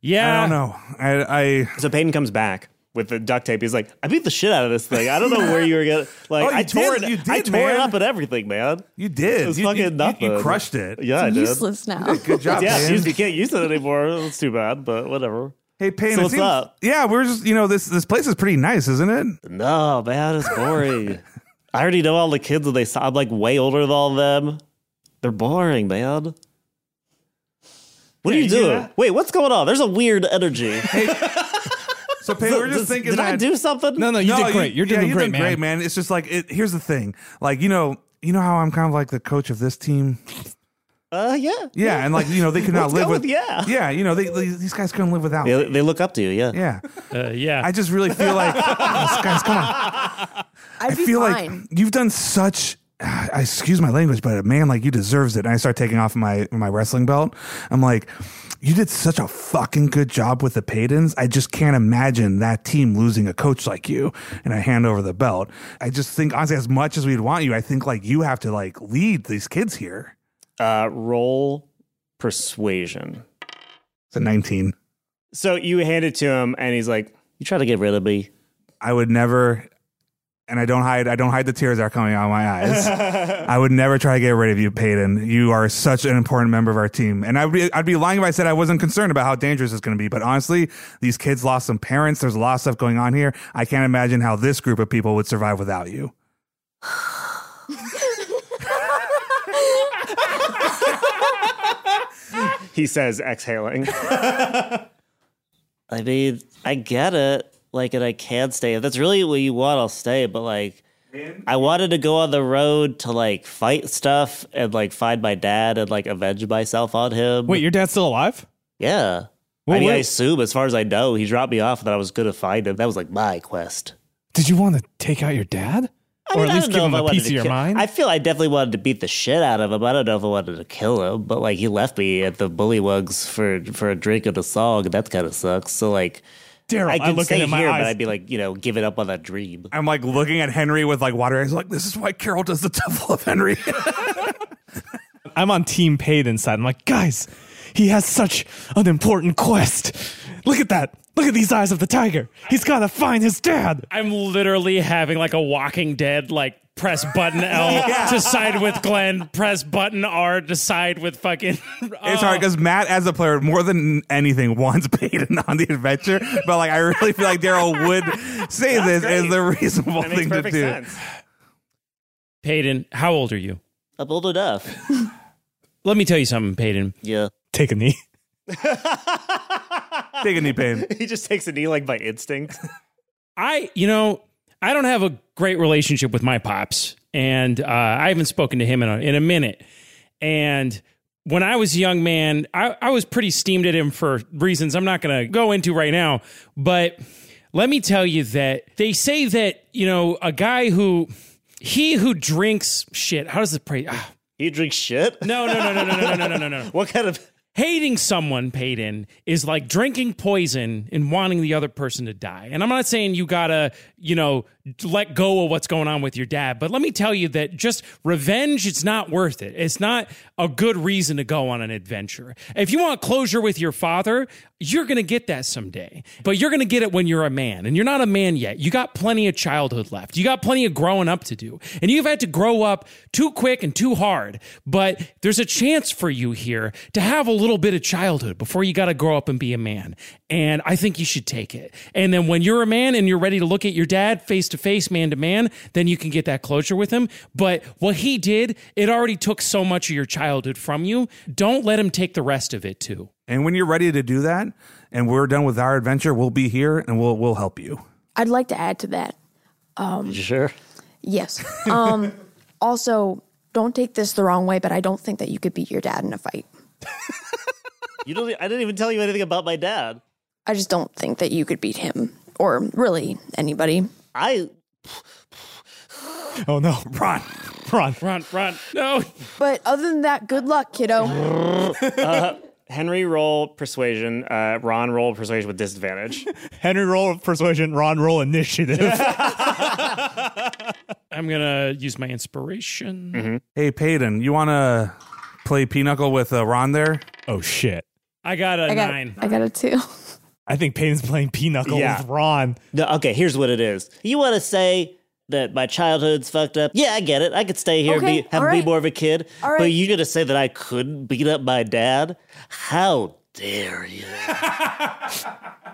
Speaker 6: yeah.
Speaker 12: I don't
Speaker 7: know. I,
Speaker 12: so Peyton comes back with the duct tape. He's like, I beat the shit out of this thing. I don't know where you were gonna like.
Speaker 7: Oh, you
Speaker 12: I tore
Speaker 7: did-
Speaker 12: it.
Speaker 7: you
Speaker 12: I
Speaker 7: did,
Speaker 12: tore it
Speaker 7: man.
Speaker 12: up and everything, man.
Speaker 7: You did.
Speaker 12: It was
Speaker 7: You-
Speaker 12: fucking
Speaker 7: you- you- you
Speaker 12: nothing.
Speaker 7: crushed it.
Speaker 12: Yeah, I did.
Speaker 5: now.
Speaker 7: Good job,
Speaker 12: yeah,
Speaker 7: Dan.
Speaker 12: you, you can't use it anymore. It's too bad, but whatever.
Speaker 7: Hey, Payne,
Speaker 12: So
Speaker 7: it
Speaker 12: what's
Speaker 7: seems-
Speaker 12: up?
Speaker 7: Yeah, we're just you know this this place is pretty nice, isn't it?
Speaker 12: No, man, it's boring. I already know all the kids that they saw. I'm like way older than all them. They're boring, man. What are you,
Speaker 7: you hear
Speaker 12: doing?
Speaker 7: that?
Speaker 12: Wait, what's going on? There's a weird energy.
Speaker 7: So Payne,
Speaker 12: So
Speaker 7: we're just
Speaker 12: does-
Speaker 7: thinking.
Speaker 12: did I
Speaker 7: that-
Speaker 12: do something? No, no, you did great. You're
Speaker 7: yeah,
Speaker 12: doing
Speaker 7: you
Speaker 12: great,
Speaker 7: did
Speaker 12: man.
Speaker 7: great, man. It's just like it, here's the thing. Like you know, you know how I'm kind of like the coach of this team.
Speaker 12: Uh, yeah.
Speaker 7: Yeah, and like you know they could not
Speaker 12: Let's
Speaker 7: live
Speaker 12: go
Speaker 7: with,
Speaker 12: with yeah.
Speaker 7: yeah. You know they, they- these guys couldn't live without.
Speaker 12: They, they look up to you, yeah.
Speaker 7: Yeah.
Speaker 6: Uh, yeah.
Speaker 7: I just really feel like guys, guys, come on.
Speaker 5: I'd
Speaker 7: I
Speaker 5: be
Speaker 7: feel
Speaker 5: fine.
Speaker 7: like you've done such. I excuse my language, but a man like you deserves it. And I start taking off my my wrestling belt. I'm like, you did such a fucking good job with the Paydens. I just can't imagine that team losing a coach like you. And I hand over the belt. I just think honestly, as much as we'd want you, I think like you have to like lead these kids here.
Speaker 12: Uh, roll persuasion.
Speaker 7: It's a 19.
Speaker 12: So you hand it to him, and he's like, "You try to get rid of me."
Speaker 7: I would never, and I don't hide. I don't hide the tears that are coming out of my eyes. I would never try to get rid of you, Peyton. You are such an important member of our team, and I'd be I'd be lying if I said I wasn't concerned about how dangerous it's going to be. But honestly, these kids lost some parents. There's a lot of stuff going on here. I can't imagine how this group of people would survive without you.
Speaker 12: he says, exhaling. I mean, I get it. Like, and I can stay. If that's really what you want, I'll stay. But like, I wanted to go on the road to like fight stuff and like find my dad and like avenge myself on him.
Speaker 1: Wait, your dad's still alive?
Speaker 12: Yeah.
Speaker 1: Well,
Speaker 12: I mean, I
Speaker 1: wait.
Speaker 12: assume, as far as I know, he dropped me off and I was going to find him. That was like my quest.
Speaker 1: Did you want to take out your dad?
Speaker 12: I
Speaker 1: or
Speaker 12: mean,
Speaker 1: at
Speaker 12: I
Speaker 1: least
Speaker 12: don't
Speaker 1: give
Speaker 12: know
Speaker 1: him
Speaker 12: if I
Speaker 1: a
Speaker 12: wanted
Speaker 1: piece
Speaker 12: to
Speaker 1: of your
Speaker 12: ki-
Speaker 1: mind?
Speaker 12: I feel I definitely wanted to beat the shit out of him. I don't know if I wanted to kill him, but like he left me at the Bullywugs for for a drink and a song, and that kind of sucks. So like,
Speaker 7: Daryl, I
Speaker 12: could
Speaker 7: look
Speaker 12: stay
Speaker 7: into my
Speaker 12: here,
Speaker 7: eyes.
Speaker 12: but I'd be like, you know, giving up on that dream.
Speaker 7: I'm like looking at Henry with like water eyes, like this is why Carol does the devil of Henry.
Speaker 1: I'm on Team Paid inside. I'm like, guys, he has such an important quest. Look at that. Look at these eyes of the tiger. He's got to find his dad.
Speaker 6: I'm literally having like a Walking Dead, like press button L
Speaker 7: Yeah.
Speaker 6: to side with Glenn, press button R to side with fucking.
Speaker 7: It's hard because Matt, as a player, more than anything, wants Peyton on the adventure. But like, I really feel like Daryl would say this is the reasonable thing to do.
Speaker 6: Peyton, how old are you?
Speaker 12: I'm old enough.
Speaker 6: Let me tell you something, Peyton.
Speaker 12: Yeah.
Speaker 1: Take a knee.
Speaker 7: Take a knee, Peyton.
Speaker 12: he just takes a knee like by instinct.
Speaker 6: I, you know, I don't have a great relationship with my pops, and uh, I haven't spoken to him in a, in a minute. And when I was a young man, I, I was pretty steamed at him for reasons I'm not going to go into right now. But let me tell you that they say that, you know, a guy who, he who drinks shit, how does it pray? Ah.
Speaker 12: He drinks shit?
Speaker 6: No, no, no, no, no, no, no, no, no, no.
Speaker 12: what kind of.
Speaker 6: Hating someone, Peyton, is like drinking poison and wanting the other person to die. And I'm not saying you gotta, you know, let go of what's going on with your dad, but let me tell you that just revenge, it's not worth it. It's not a good reason to go on an adventure. If you want closure with your father, you're gonna get that someday, but you're gonna get it when you're a man, and you're not a man yet. You got plenty of childhood left, you got plenty of growing up to do, and you've had to grow up too quick and too hard. But there's a chance for you here to have a little bit of childhood before you got to grow up and be a man. And I think you should take it. And then when you're a man and you're ready to look at your dad face to face, man to man, then you can get that closure with him. But what he did, it already took so much of your childhood from you. Don't let him take the rest of it too.
Speaker 7: And when you're ready to do that, and we're done with our adventure, we'll be here and we'll we'll help you.
Speaker 5: I'd like to add to that. Um,
Speaker 12: Sure.
Speaker 5: yes. Um, also, don't take this the wrong way, but I don't think that you could beat your dad in a fight.
Speaker 12: You don't. I didn't even tell you anything about my dad.
Speaker 5: I just don't think that you could beat him or really anybody.
Speaker 12: I
Speaker 1: Oh no,
Speaker 7: Ron,
Speaker 1: Ron,
Speaker 6: Ron, Ron. No.
Speaker 5: But other than that, good luck, kiddo.
Speaker 4: uh, Henry roll persuasion. Uh, Ron roll persuasion with disadvantage.
Speaker 1: Henry roll persuasion, Ron roll initiative.
Speaker 6: I'm gonna use my inspiration.
Speaker 7: Hey, Peyton, you want to play Pinochle with uh, Ron there?
Speaker 1: Oh, shit.
Speaker 6: I got a
Speaker 1: I got-
Speaker 6: nine.
Speaker 5: I got a two.
Speaker 1: I think Peyton's playing Pinochle
Speaker 12: Yeah.
Speaker 1: with Ron.
Speaker 12: No, okay, here's what it is. You want to say that my childhood's fucked up? Yeah, I get it. I could stay here
Speaker 5: Okay,
Speaker 12: and be, have
Speaker 5: all
Speaker 12: be
Speaker 5: right.
Speaker 12: more of a kid.
Speaker 5: All
Speaker 12: But
Speaker 5: right.
Speaker 12: you're going to say that I couldn't beat up my dad? How dare you?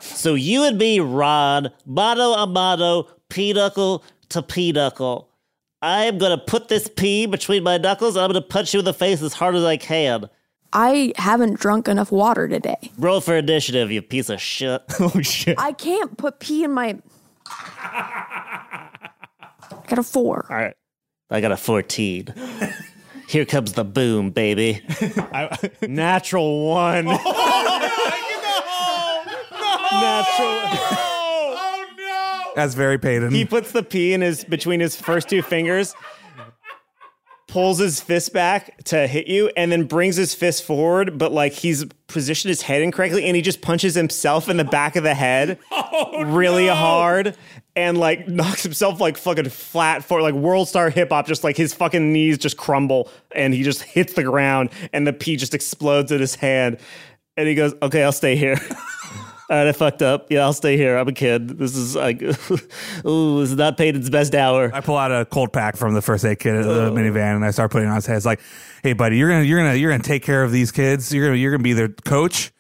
Speaker 12: so you and me, Ron, motto a motto, peduncle to peduncle. I am going to put this pea between my knuckles and I'm going to punch you in the face as hard as I can.
Speaker 5: I haven't drunk enough water today.
Speaker 12: Roll for initiative, you piece of shit.
Speaker 1: oh, shit.
Speaker 5: I can't put pee in my. I got a four.
Speaker 4: All right.
Speaker 12: I got a 14. Here comes the boom, baby.
Speaker 4: Natural one.
Speaker 7: Oh.
Speaker 4: Natural.
Speaker 7: That's very Peyton.
Speaker 4: He puts the P in his between his first two fingers, pulls his fist back to hit you, and then brings his fist forward, but like he's positioned his head incorrectly, and he just punches himself in the back of the head really hard. And like knocks himself like fucking flat for like world star hip hop, just like his fucking knees just crumble and he just hits the ground and the P just explodes in his hand. And he goes, Okay, I'll stay here.
Speaker 12: All right, I fucked up. Yeah, I'll stay here. I'm a kid. This is like, ooh, this is not Peyton's best hour.
Speaker 7: I pull out a cold pack from the first aid kit at the minivan, and I start putting it on his head. It's like, "Hey, buddy, you're gonna you're gonna you're gonna take care of these kids. You're gonna you're gonna be their coach."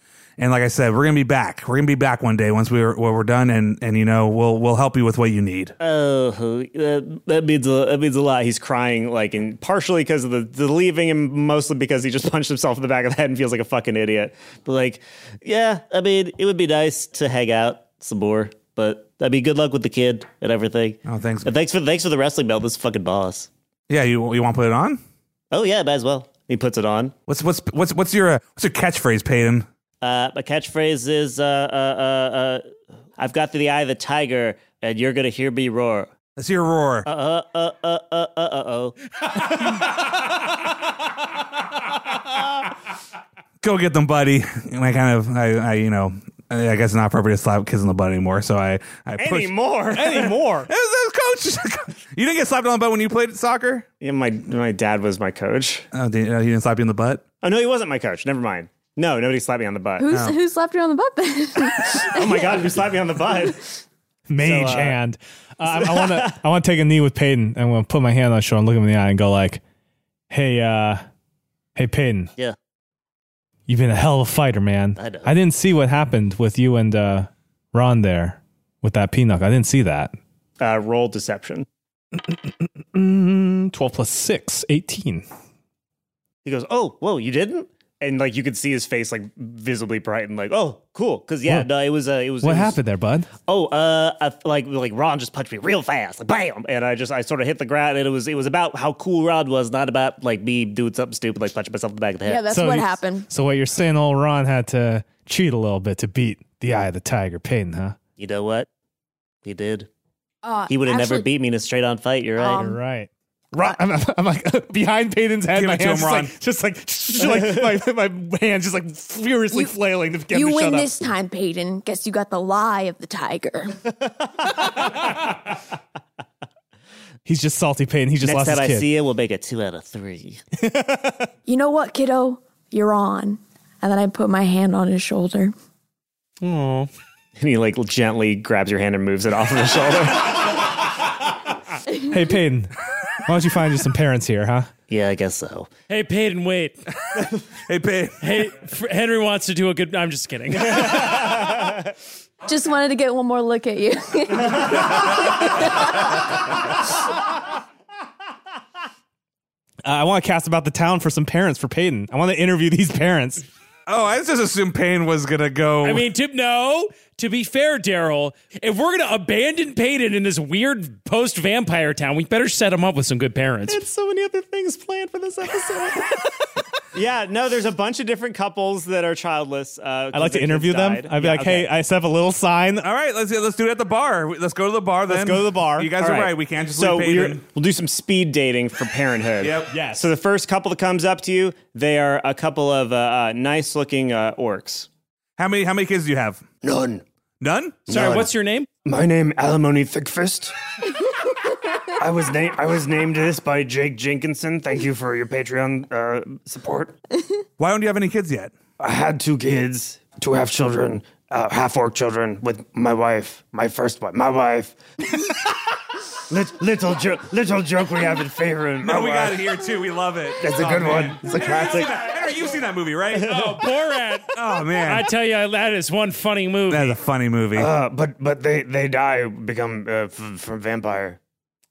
Speaker 7: And like I said, we're gonna be back. We're gonna be back one day once we're when we're done, and and you know we'll we'll help you with what you need.
Speaker 4: Oh, that, that means a, that means a lot. He's crying, like, and partially because of the, the leaving, and mostly because he just punched himself in the back of the head and feels like a fucking idiot.
Speaker 12: But like, yeah, I mean, it would be nice to hang out some more. But I mean, good luck with the kid and everything.
Speaker 7: Oh, thanks.
Speaker 12: And thanks for thanks for the wrestling belt. This is fucking boss.
Speaker 7: Yeah, you you want to put it on?
Speaker 12: Oh yeah, might as well. He puts it on.
Speaker 7: What's what's what's what's your uh, what's your catchphrase, Peyton?
Speaker 12: Uh, my catchphrase is, uh, uh, uh, uh, "I've got the eye of the tiger, and you're gonna hear me roar."
Speaker 7: Let's hear a roar.
Speaker 12: Uh uh uh uh uh uh oh.
Speaker 7: Go get them, buddy. And I kind of I, I you know I guess it's not appropriate to slap kids in the butt anymore. So I I push.
Speaker 4: Anymore, anymore.
Speaker 7: You didn't get slapped on the butt Oh, when you played soccer.
Speaker 4: Yeah, my my dad was my coach.
Speaker 7: Oh, did, uh, he didn't slap you in the butt.
Speaker 4: Oh no, he wasn't my coach. Never mind. No, nobody slapped me on the butt.
Speaker 5: Who's
Speaker 4: oh.
Speaker 5: who slapped you on the butt then?
Speaker 1: Oh
Speaker 4: my god, who slapped me on the butt?
Speaker 1: Mage
Speaker 4: So, uh,
Speaker 1: hand. Uh, I- I want to. I want to take a knee with Peyton. and I'm going to put my hand on his shoulder and look him in the eye and go like, "Hey, uh, hey, Peyton.
Speaker 12: Yeah.
Speaker 1: You've been a hell of a fighter, man.
Speaker 12: I know.
Speaker 1: didn't see what happened with you and uh, Ron there with that peanut. I didn't see that.
Speaker 4: Uh, roll deception.
Speaker 1: Mm, Twelve plus six, 18.
Speaker 4: He goes, "Oh, whoa, you didn't." And like you could see his face like visibly brighten, like, "Oh, cool." Because yeah,
Speaker 1: What?
Speaker 4: no, it was uh, it was
Speaker 1: What
Speaker 4: it was-
Speaker 1: happened there, bud?
Speaker 4: oh, uh, I, like like Ron just punched me real fast, like bam, and I just I sort of hit the ground, and it was it was about how cool Ron was, not about like me doing something stupid like punching myself in the back of the head.
Speaker 5: yeah, that's
Speaker 1: So
Speaker 5: what
Speaker 1: you-
Speaker 5: happened.
Speaker 1: So what you're saying, old Ron had to cheat a little bit to beat the eye of the tiger, Peyton, huh?
Speaker 12: You know what? He did.
Speaker 5: Uh,
Speaker 12: He would have never
Speaker 5: actually-
Speaker 12: beat me in a straight on fight. You're right.
Speaker 5: Um,
Speaker 1: You're right. Ron, I'm, I'm- I'm like behind Peyton's head.
Speaker 7: Give
Speaker 1: my
Speaker 7: it to
Speaker 1: hand's
Speaker 7: him,
Speaker 1: just like, just like, just like my, my hand's just like furiously flailing to get him
Speaker 5: You
Speaker 1: to
Speaker 5: win
Speaker 1: shut up.
Speaker 5: this time, Peyton. Guess you got the lie of the tiger.
Speaker 1: He's just salty Peyton. He just
Speaker 12: Next
Speaker 1: lost
Speaker 12: time I
Speaker 1: his kid.
Speaker 12: see it, we'll make a two out of three.
Speaker 5: you know what, kiddo? You're on. And then I put my hand on his shoulder.
Speaker 4: Oh. And he like gently grabs your hand and moves it off of his shoulder.
Speaker 1: hey Peyton, why don't you find you some parents here, huh?
Speaker 12: yeah, I guess so.
Speaker 6: Hey, Peyton, wait.
Speaker 7: Hey, Peyton.
Speaker 6: Hey, F- Henry wants to do a good. I'm just kidding.
Speaker 5: Just wanted to get one more look at you.
Speaker 1: Uh, I want to cast about the town for some parents for Peyton. I want to interview these parents.
Speaker 7: Oh, I just assumed Payne was gonna go.
Speaker 6: I mean, to, no. To be fair, Daryl, if we're gonna abandon Peyton in this weird post-vampire town, we better set him up with some good parents.
Speaker 4: so many other things planned for this episode. yeah, no, there's a bunch of different couples that are childless. Uh,
Speaker 1: I'd like to interview them. I'd be like, hey, I set up a little sign.
Speaker 7: All right, let's let's do it at the bar. Let's go to the bar.
Speaker 1: Let's
Speaker 7: then.
Speaker 1: go to the bar.
Speaker 7: You guys
Speaker 1: All
Speaker 7: are
Speaker 1: right.
Speaker 7: right. We can't just
Speaker 4: So
Speaker 7: leave Peyton.
Speaker 4: we're-
Speaker 7: we'll
Speaker 4: do some speed dating for parenthood.
Speaker 7: Yep. Yes.
Speaker 4: So the first couple that comes up to you, they are a couple of uh, uh, nice looking uh, orcs.
Speaker 7: How many how many kids do you have?
Speaker 4: None.
Speaker 7: None?
Speaker 6: Sorry, what's your name?
Speaker 13: My name Alimony Thickfist. I was named I was named this by Jake Jenkinson. Thank you for your Patreon uh, support.
Speaker 7: Why don't you have any kids yet?
Speaker 13: I had two kids, two half children, uh, half orc children with my wife, my first wife, my wife. Lit- little joke, little joke we have in favor. of my
Speaker 7: No, we
Speaker 13: wife.
Speaker 7: got it here too. We love it. Oh,
Speaker 13: That's a good one. Oh, uh, It's a classic.
Speaker 7: Henry, you've seen that movie, right?
Speaker 6: oh, Borat.
Speaker 7: Oh man.
Speaker 6: I tell you, that is one funny movie.
Speaker 7: That's a funny movie.
Speaker 13: Uh, but but they they die become uh, f- from vampire.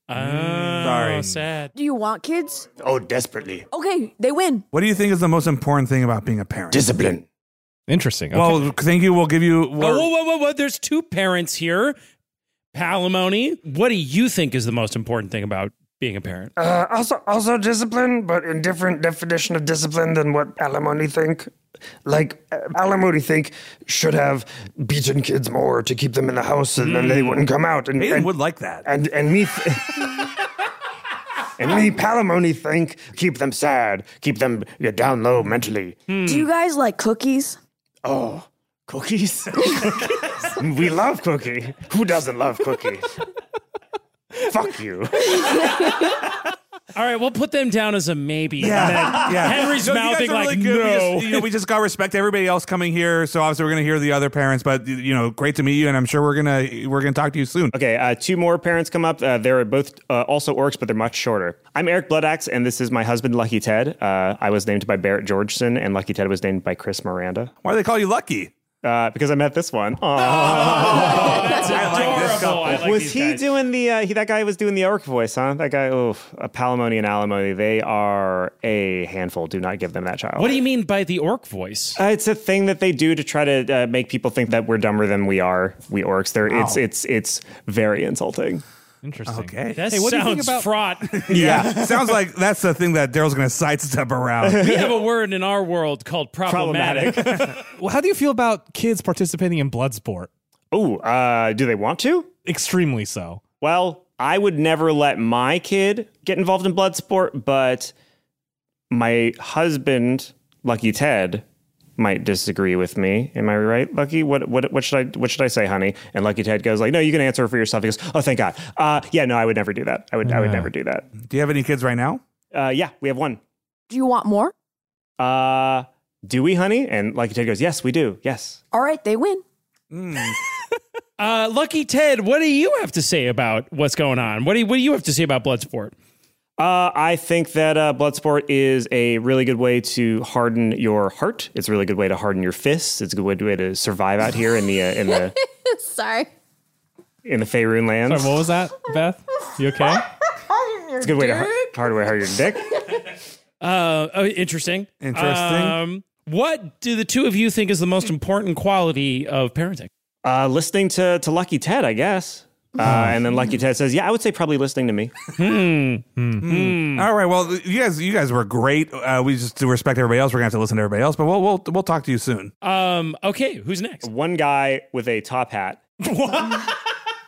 Speaker 7: Oh, Mm.
Speaker 6: Sorry. sad.
Speaker 5: Do you want kids?
Speaker 13: Oh, desperately.
Speaker 5: Okay, they win.
Speaker 7: What do you think is the most important thing about being a parent?
Speaker 13: Discipline.
Speaker 1: Interesting. mm.
Speaker 7: Well, thank you. We'll give you.
Speaker 6: Oh, whoa, whoa, whoa, whoa. There's two parents here. Palimony, what do you think is the most important thing about being a parent?
Speaker 13: Uh, also, also discipline, but in different definition of discipline than what alimony think. Like uh, alimony think should have beaten kids more to keep them in the house, and then they wouldn't come out. And,
Speaker 7: Hmm. Hayden
Speaker 13: and
Speaker 7: would like that.
Speaker 13: And and me. Th- And me, Palimony think keep them sad, keep them uh, down low mentally.
Speaker 1: Hmm.
Speaker 5: Do you guys like cookies?
Speaker 13: Oh, cookies? we love cookie. Who doesn't love cookie? Fuck you.
Speaker 6: All right, we'll put them down as a maybe.
Speaker 7: Yeah,
Speaker 6: And then
Speaker 7: yeah.
Speaker 6: Henry's
Speaker 7: No, you guys
Speaker 6: mouthing
Speaker 7: are really
Speaker 6: like,
Speaker 7: good. We
Speaker 6: no.
Speaker 7: just, you know, we just got respect everybody else coming here. So obviously we're gonna hear the other parents, but you know, great to meet you, and I'm sure we're gonna we're gonna talk to you soon.
Speaker 4: Okay, uh, two more parents come up. Uh, they're both uh, also orcs, but they're much shorter. I'm Eric Bloodaxe, and this is my husband, Lucky Ted. Uh, I was named by Barrett Georgeson, and Lucky Ted was named by Chris Miranda.
Speaker 7: Why do they call you Lucky?
Speaker 4: Uh, because I met this one.
Speaker 2: That's
Speaker 4: I
Speaker 2: like this
Speaker 4: couple.
Speaker 2: Oh, I like
Speaker 4: was
Speaker 2: these
Speaker 4: he
Speaker 2: guys.
Speaker 4: doing the? Uh, he that guy was doing the orc voice, huh? That guy. Oh, uh, Palimony and Alimony. They are a handful. Do not give them that child.
Speaker 6: What do you mean by the orc voice?
Speaker 4: Uh, it's a thing that they do to try to uh, make people think that we're dumber than we are. We orcs. They're, It's
Speaker 6: Wow.
Speaker 4: it's it's very insulting.
Speaker 1: Interesting.
Speaker 7: Okay.
Speaker 6: That
Speaker 1: Hey, what do you
Speaker 6: sounds
Speaker 1: think about-
Speaker 6: fraught.
Speaker 7: yeah, sounds like that's the thing that Daryl's gonna sidestep around.
Speaker 6: we have a word in our world called problematic.
Speaker 1: Well, how do you feel about kids participating in blood sport?
Speaker 4: Oh, uh, do they want to?
Speaker 1: Extremely so.
Speaker 4: Well, I would never let my kid get involved in blood sport, but my husband, Lucky Ted, might disagree with me. Am I right, Lucky? What what what should I what should I say, honey? And Lucky Ted goes like, "No, you can answer for yourself." He goes, "Oh, thank God." Uh, yeah, no, I would never do that. I would I would
Speaker 7: Yeah.
Speaker 4: never do that.
Speaker 7: Do you have any kids right now?
Speaker 4: Uh, yeah, we have one.
Speaker 5: Do you want more?
Speaker 4: Uh, do we, honey? And Lucky Ted goes, "Yes, we do. Yes."
Speaker 5: All right, they win.
Speaker 6: Uh, Lucky Ted, what do you have to say about what's going on? What do you, what do you have to say about Bloodsport?
Speaker 4: Uh, I think that uh, Bloodsport is a really good way to harden your heart. It's a really good way to harden your fists. It's a good way to survive out here in the uh, in the
Speaker 5: Sorry.
Speaker 4: in the Faerun lands.
Speaker 1: Sorry, what was that, Beth? You okay?
Speaker 4: It's a good way to har- hard way to harden your dick.
Speaker 6: Uh, oh, interesting.
Speaker 4: Interesting.
Speaker 6: Um, what do the two of you think is the most important quality of parenting?
Speaker 4: Uh, listening to to Lucky Ted, I guess. Uh,
Speaker 6: Hmm.
Speaker 4: and then Lucky Ted says, "Yeah, I would say probably listening to me."
Speaker 7: Hmm. All right. Well, you guys, you guys were great. Uh, we just to respect everybody else. We're gonna have to listen to everybody else, but we'll we'll we'll talk to you soon.
Speaker 6: Um, okay, who's next?
Speaker 4: One guy with a top hat.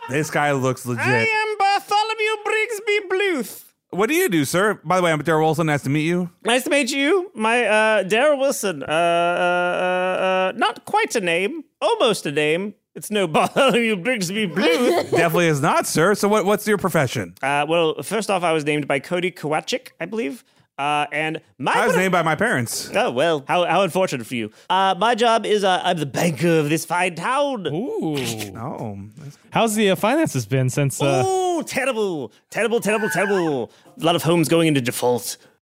Speaker 7: This guy looks legit.
Speaker 4: am Bartholomew Brigsby Bluth.
Speaker 7: What do you do, sir? By the way, I'm Daryl Wilson. Nice to meet you.
Speaker 4: Nice to meet you, my uh, Daryl Wilson. Uh, uh, uh, uh, not quite a name, almost a name. It's no Bartholomew Brigsby Bluth.
Speaker 7: Definitely is not, sir. So what, what's your profession?
Speaker 4: uh, well, first off, I was named by Cody Kowachik, I believe. Uh, and my
Speaker 7: I was named by my parents.
Speaker 4: Oh well, how, how unfortunate for you. Uh, my job is uh, I'm the banker of this fine town.
Speaker 6: Ooh.
Speaker 7: oh.
Speaker 1: How's the uh, finances been since?
Speaker 12: Oh,
Speaker 1: Uh,
Speaker 4: Ooh, terrible, terrible, terrible, terrible. A lot of homes going into default.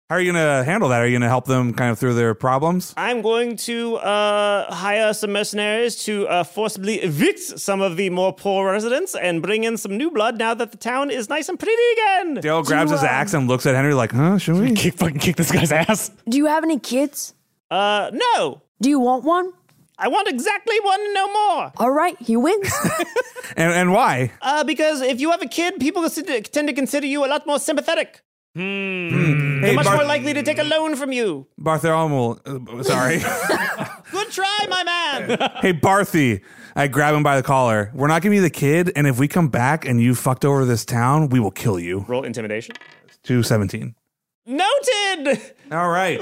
Speaker 7: How are you gonna handle that? Are you gonna help them kind of through their problems?
Speaker 4: I'm going to uh, hire some mercenaries to uh, forcibly evict some of the more poor residents and bring in some new blood now that the town is nice and pretty again.
Speaker 7: Daryl grabs
Speaker 4: uh,
Speaker 7: his axe and looks at Henry like, huh? Should we
Speaker 1: kick fucking kick this guy's ass?
Speaker 5: Do you have any kids?
Speaker 4: Uh, no.
Speaker 5: Do you want one?
Speaker 4: I want exactly one, no more.
Speaker 5: All right, he wins.
Speaker 7: And and why?
Speaker 4: Uh, because if you have a kid, people consider- tend to consider you a lot more sympathetic.
Speaker 7: Hmm. Hey,
Speaker 4: They're much
Speaker 7: Bar-
Speaker 4: more likely to take a loan from you.
Speaker 7: Bartholomew, uh, sorry.
Speaker 4: Good try, my man.
Speaker 7: hey, Barthy. I grab him by the collar. We're not giving you the kid, and if we come back and you fucked over this town, we will kill you.
Speaker 4: Roll intimidation.
Speaker 7: Two seventeen.
Speaker 4: Noted.
Speaker 7: All right.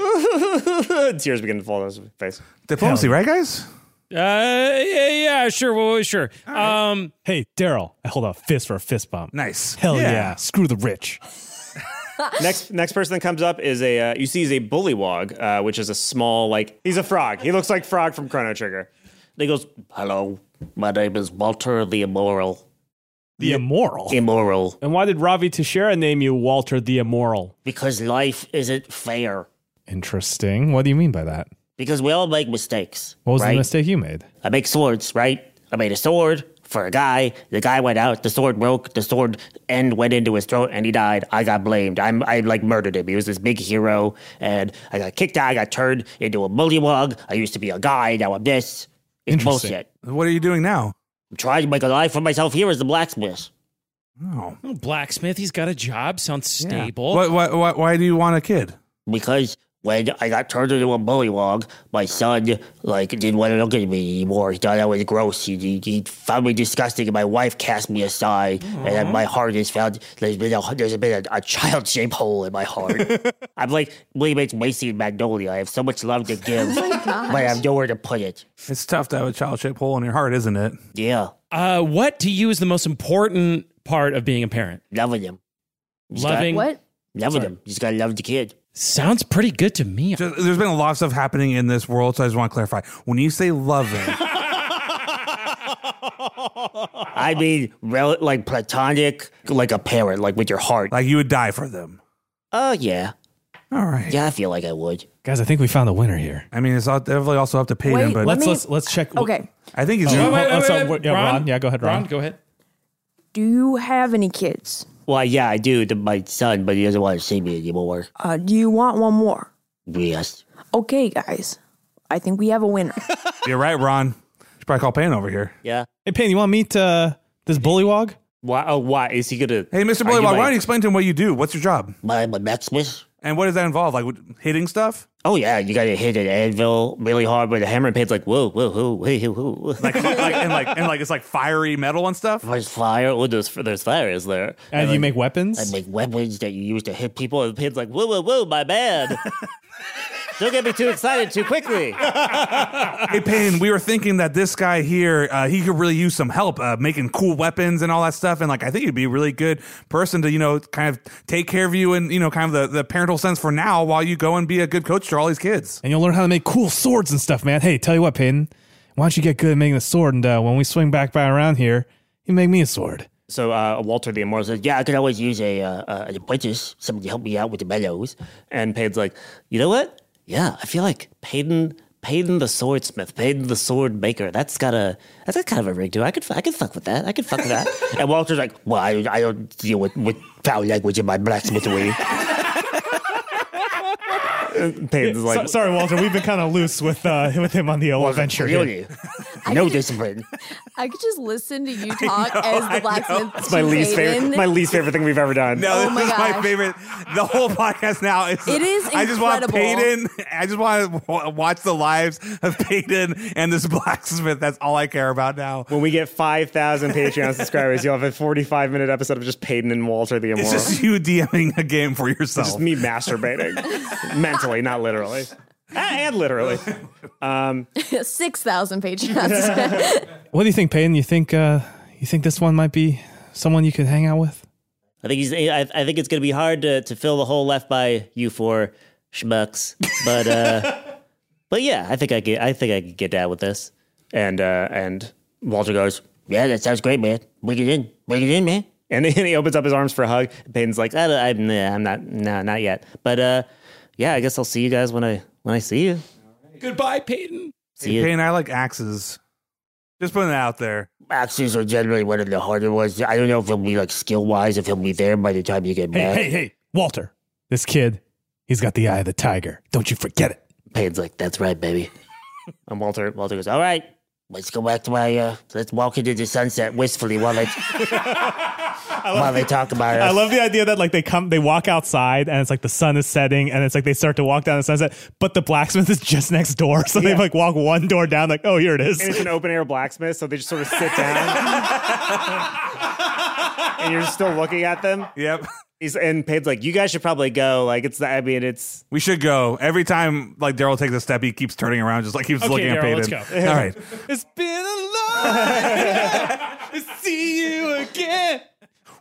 Speaker 4: Tears begin to fall on his face.
Speaker 7: Diplomacy, right, guys?
Speaker 6: Uh, yeah, yeah, sure, well, sure. Um,
Speaker 1: hey, Daryl, I hold a fist for a fist bump.
Speaker 7: Nice.
Speaker 1: Hell yeah.
Speaker 4: Yeah.
Speaker 1: Screw the rich.
Speaker 4: next next person that comes up is a uh, you see is a bullywog, uh, which is a small like he's a frog. He looks like frog from Chrono Trigger. And he goes, "Hello, my name is Walter the Immoral."
Speaker 12: The immoral.
Speaker 10: Immoral.
Speaker 12: And why did Ravi Teixeira name you Walter the Immoral?
Speaker 10: Because life isn't fair.
Speaker 1: Interesting. What do you mean by that?
Speaker 10: Because we all make mistakes.
Speaker 1: What was
Speaker 10: right?
Speaker 1: the mistake you made?
Speaker 10: I make swords, right? I made a sword for a guy. The guy went out. The sword broke. The sword end went into his throat, and he died. I got blamed. I'm I like murdered him. He was this big hero, and I got kicked out. I got turned into a bullywug. I used to be a guy. Now I'm this. It's
Speaker 7: Interesting.
Speaker 10: bullshit.
Speaker 7: What are you doing now?
Speaker 10: I'm trying to make a life for myself here as the blacksmith.
Speaker 6: oh, blacksmith, he's got a job, sounds
Speaker 10: Yeah.
Speaker 6: stable.
Speaker 7: why, why, why do you want a kid?
Speaker 10: Because when I got turned into a bullywog, my son like didn't want to look at me anymore. He thought I was gross. He, he, he found me disgusting, and my wife cast me aside. And then my heart is found. There's been a there's been a, a child shaped hole in my heart. I'm like William H Macy and Magnolia. I have so much love to give, but I have nowhere to put it.
Speaker 7: It's tough to have a child shaped hole in your heart, isn't it?
Speaker 10: Yeah.
Speaker 6: Uh, what to you is the most important part of being a parent?
Speaker 10: Loving him.
Speaker 6: Loving
Speaker 10: Loving him. You just gotta love the kid.
Speaker 6: Sounds pretty good to me.
Speaker 7: there's been a lot of stuff happening in this world, so I just want to clarify. When you say loving,
Speaker 10: I mean, rel- like platonic, like a parent, like with your heart.
Speaker 7: Like you would die for them.
Speaker 10: Oh yeah.
Speaker 7: All right.
Speaker 10: Yeah, I feel like I would.
Speaker 1: Guys, I think we found the winner here.
Speaker 7: I mean, it's all- definitely also up to Peyton,
Speaker 1: Wait,
Speaker 7: but
Speaker 1: Let's- let me- let's- let's check-
Speaker 5: Okay.
Speaker 7: I think he's.
Speaker 1: Oh,
Speaker 7: doing-
Speaker 1: wait, wait,
Speaker 7: oh,
Speaker 1: wait,
Speaker 7: so-
Speaker 1: wait, wait. Yeah, Ron? Yeah, go ahead, Ron.
Speaker 6: go ahead.
Speaker 5: Do you have any kids?
Speaker 10: Well, yeah, I do to my son, but he doesn't want to see me anymore.
Speaker 5: Uh, do you want one more?
Speaker 10: Yes.
Speaker 5: Okay, guys. I think we have a winner.
Speaker 7: You're right, Ron. Should probably call Payne over here.
Speaker 10: Yeah.
Speaker 1: Hey, Payne, you want to meet uh, this bullywog?
Speaker 4: Why? Oh, why is he gonna?
Speaker 7: Hey, Mr. Bullywog, why don't you explain to him what you do? What's your job?
Speaker 10: I'm a blacksmith.
Speaker 7: And what does that involve? Like would- hitting stuff?
Speaker 10: Oh yeah, you gotta hit an anvil really hard with a hammer and Payne's like, whoa, whoa, whoa, whoa, whoa, whoa.
Speaker 7: Like, like and like and like it's like fiery metal and stuff.
Speaker 10: There's fire. Oh, there's there's fire. Is there?
Speaker 1: And you make weapons?
Speaker 10: I make weapons that you use to hit people. And Payne's like, whoa, whoa, whoa, my man. Don't get me too excited too quickly.
Speaker 7: hey, Payne, we were thinking that this guy here, uh, he could really use some help uh, making cool weapons and all that stuff. And like, I think he'd be a really good person to, you know, kind of take care of you and, you know, kind of the, the parental sense for now while you go and be a good coach to all these kids.
Speaker 1: And you'll learn how to make cool swords and stuff, man. Hey, tell you what, Payton, why don't you get good at making a sword? And uh, when we swing back by around here, you make me a sword.
Speaker 4: So uh, Walter the Immortal says,
Speaker 10: Yeah, I could always use a uh, uh, an apprentice, somebody to help me out with the bellows. And Payne's like, you know what? Yeah, I feel like
Speaker 4: Payton, Payton the swordsmith, Payton the sword maker. That's got a that's got kind of a rig to it. I could I could fuck with that. I could fuck with that.
Speaker 10: And Walter's like, well, I, I don't deal with, with foul language in my blacksmithery.
Speaker 4: Payton's like,
Speaker 1: So- sorry, Walter, we've been kind of loose with uh, with him on the old adventure. here.
Speaker 10: really? no discipline.
Speaker 5: I could just listen to you talk as the blacksmith.
Speaker 4: It's my
Speaker 5: to
Speaker 4: least
Speaker 5: Aiden.
Speaker 4: favorite. My least favorite thing we've ever done.
Speaker 7: No,
Speaker 5: Oh
Speaker 7: this
Speaker 5: my
Speaker 7: is my
Speaker 5: gosh.
Speaker 7: favorite. The whole podcast now is.
Speaker 5: It is
Speaker 7: I just want
Speaker 5: incredible.
Speaker 7: Peyton. I just want to w- watch the lives of Peyton and this blacksmith. That's all I care about now.
Speaker 4: When we get five thousand Patreon subscribers, you'll have a forty-five minute episode of just Payton and Walter the
Speaker 7: It's
Speaker 4: Immortal.
Speaker 7: just you DMing a game for
Speaker 4: It's
Speaker 7: yourself.
Speaker 4: just me masturbating mentally, not literally, Ah, and literally. Um,
Speaker 5: Six thousand Patreons.
Speaker 1: What do you think, Payton? You think uh, you think this one might be someone you could hang out with?
Speaker 10: I think he's. I, I think it's going to be hard to, to fill the hole left by you four schmucks. But uh, but yeah, I think I get. I think I could get down with this.
Speaker 4: and uh, and
Speaker 10: Walter goes, yeah, that sounds great, man. Bring it in. Bring it in, man.
Speaker 4: and, and he opens up his arms for a hug. Payton's like, I don't,
Speaker 10: I'm, nah, I'm not. No, not yet. But uh, yeah, I guess I'll see you guys when I when I see you.
Speaker 6: Goodbye, Peyton.
Speaker 10: See you.
Speaker 7: Peyton, I like axes. Just putting it out there.
Speaker 10: Axes are generally one of the harder ones. I don't know if he'll be like skill wise, if he'll be there by the time you get back.
Speaker 1: hey, Walter, this kid, he's got the eye of the tiger. Don't you forget it.
Speaker 10: Payne's like, that's right, baby.
Speaker 4: And Walter,
Speaker 10: Walter goes, all right,
Speaker 12: Let's go back to my. Uh, let's walk into the sunset wistfully while they while they talk about
Speaker 2: I
Speaker 12: us.
Speaker 2: love the idea that like they come, they walk outside, and it's like the sun is setting, and it's like they start to walk down the sunset, but the blacksmith is just next door, so they like walk one door down, like oh here it
Speaker 4: And it's
Speaker 2: is.
Speaker 4: an open air blacksmith, so they just sort of sit down. and you're still looking at them.
Speaker 7: Yep.
Speaker 4: He's, and Paid's like, you guys should probably go. Like, it's the, I mean, it's.
Speaker 7: We should go. Every time like Daryl takes a step, he keeps turning around, just like keeps
Speaker 4: Okay,
Speaker 7: looking at
Speaker 4: Daryl,
Speaker 7: Peyton.
Speaker 4: let's go.
Speaker 7: All right.
Speaker 2: It's been a
Speaker 6: See you again.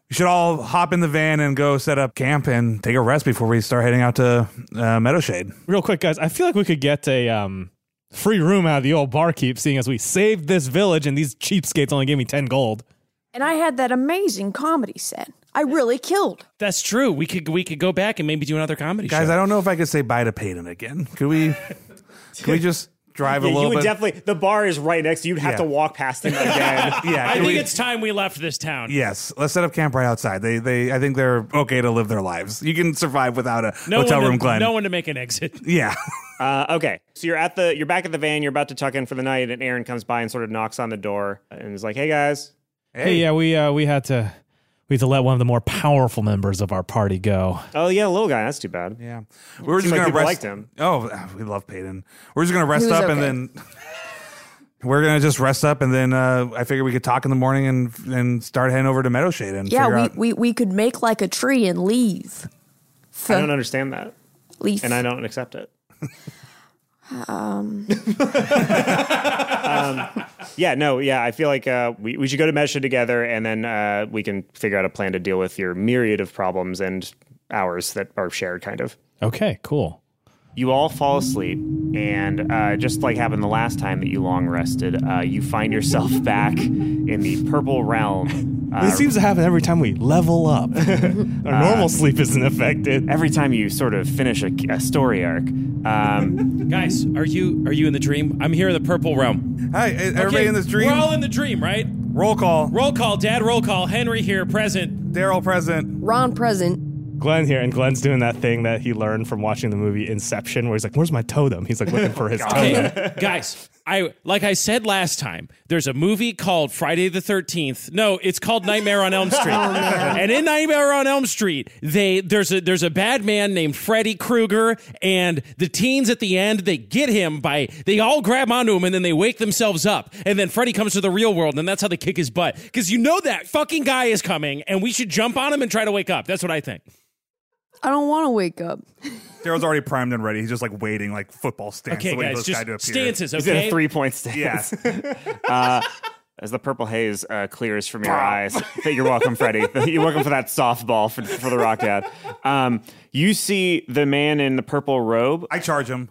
Speaker 7: We should all hop in the van and go set up camp and take a rest before we start heading out to uh, Meadowshade.
Speaker 2: Real quick, guys, I feel like we could get a um, free room out of the old barkeep, seeing as we saved this village, and these cheapskates only gave me ten gold.
Speaker 5: And I had that amazing comedy set. I really killed.
Speaker 6: That's true. We could we could go back and maybe do another comedy
Speaker 7: Guys,
Speaker 6: show.
Speaker 7: I don't know if I could say bye to Peyton again. Could we? could we just drive
Speaker 4: Yeah,
Speaker 7: a little
Speaker 4: you would
Speaker 7: bit?
Speaker 4: definitely, the bar is right next to you. You'd have
Speaker 7: Yeah.
Speaker 4: to walk past him again.
Speaker 7: yeah,
Speaker 6: I
Speaker 7: can
Speaker 6: think
Speaker 7: we-
Speaker 6: it's time we left this town.
Speaker 7: Yes, let's set up camp right outside. They, they, I think they're okay to live their lives. You can survive without a
Speaker 6: No
Speaker 7: hotel
Speaker 6: one to-
Speaker 7: room, Glenn.
Speaker 6: No one to make an exit.
Speaker 7: Yeah.
Speaker 4: Uh, okay, so you're at the you're back at the van. You're about to tuck in for the night, and Aaron comes by and sort of knocks on the door and is like, "Hey guys,
Speaker 2: Hey, yeah, we uh, we had to we had to let one of the more powerful members of our party go.
Speaker 4: oh yeah, little guy. That's too bad.
Speaker 7: Yeah, we were
Speaker 4: Seems
Speaker 7: just
Speaker 4: like
Speaker 7: gonna
Speaker 4: people
Speaker 7: rest.
Speaker 4: liked him.
Speaker 7: Oh, ah, we love Peyton. We're just gonna
Speaker 4: He
Speaker 7: rest
Speaker 4: was
Speaker 7: up
Speaker 4: okay.
Speaker 7: and then we're gonna just rest up and then uh, I figure we could talk in the morning and and start heading over to Meadowshade and
Speaker 5: yeah,
Speaker 7: figure
Speaker 5: we,
Speaker 7: out.
Speaker 5: we, we could make like a tree and leave.
Speaker 4: I don't understand that,
Speaker 5: Leaf.
Speaker 4: and I don't accept it."
Speaker 5: Um,
Speaker 4: Um, Yeah, no, yeah. I feel like uh, we we should go to Mesha together, and then uh, we can figure out a plan to deal with your myriad of problems and ours that are shared, kind of.
Speaker 2: Okay, cool.
Speaker 4: You all fall asleep, and uh, just like happened the last time that you long rested, uh, you find yourself back in the purple realm. Uh,
Speaker 2: this seems to happen every time we level up. Our normal sleep isn't affected.
Speaker 4: Um, Every time you sort of finish a, a story arc. Um,
Speaker 6: Guys, are you are you in the dream? I'm here in the purple realm.
Speaker 7: Hi, everybody in this dream?
Speaker 6: We're all in the dream, right?
Speaker 7: Roll call.
Speaker 6: Roll call, Dad. Roll call. Henry here, present.
Speaker 7: Daryl, present.
Speaker 5: Ron present.
Speaker 2: Glenn here, and Glenn's doing that thing that he learned from watching the movie Inception, where he's like, "Where's my totem?" He's like looking
Speaker 4: Oh,
Speaker 2: for his totem.
Speaker 6: Okay, guys. I like I said last time. There's a movie called Friday the Thirteenth. No, it's called Nightmare on Elm Street.
Speaker 2: Oh, man.
Speaker 6: and in Nightmare on Elm Street, they there's a there's a bad man named Freddy Krueger, and the teens at the end they get him by they all grab onto him and then they wake themselves up, and then Freddy comes to the real world, and that's how they kick his butt because you know that fucking guy is coming, and we should jump on him and try to wake up. That's what I think.
Speaker 5: I don't want to wake up.
Speaker 7: Daryl's already primed and ready. He's just like waiting, like football stance,
Speaker 6: Okay,
Speaker 7: waiting
Speaker 6: guys,
Speaker 7: for this guy
Speaker 6: just
Speaker 7: to appear.
Speaker 6: stances,
Speaker 4: He's in a three point stance.
Speaker 7: Yes.
Speaker 4: uh, as the purple haze uh, clears from your eyes, that you're welcome, Freddie. you're welcome for that softball for, for the Rock Dad. Um, you see the man in the purple robe.
Speaker 7: I charge him.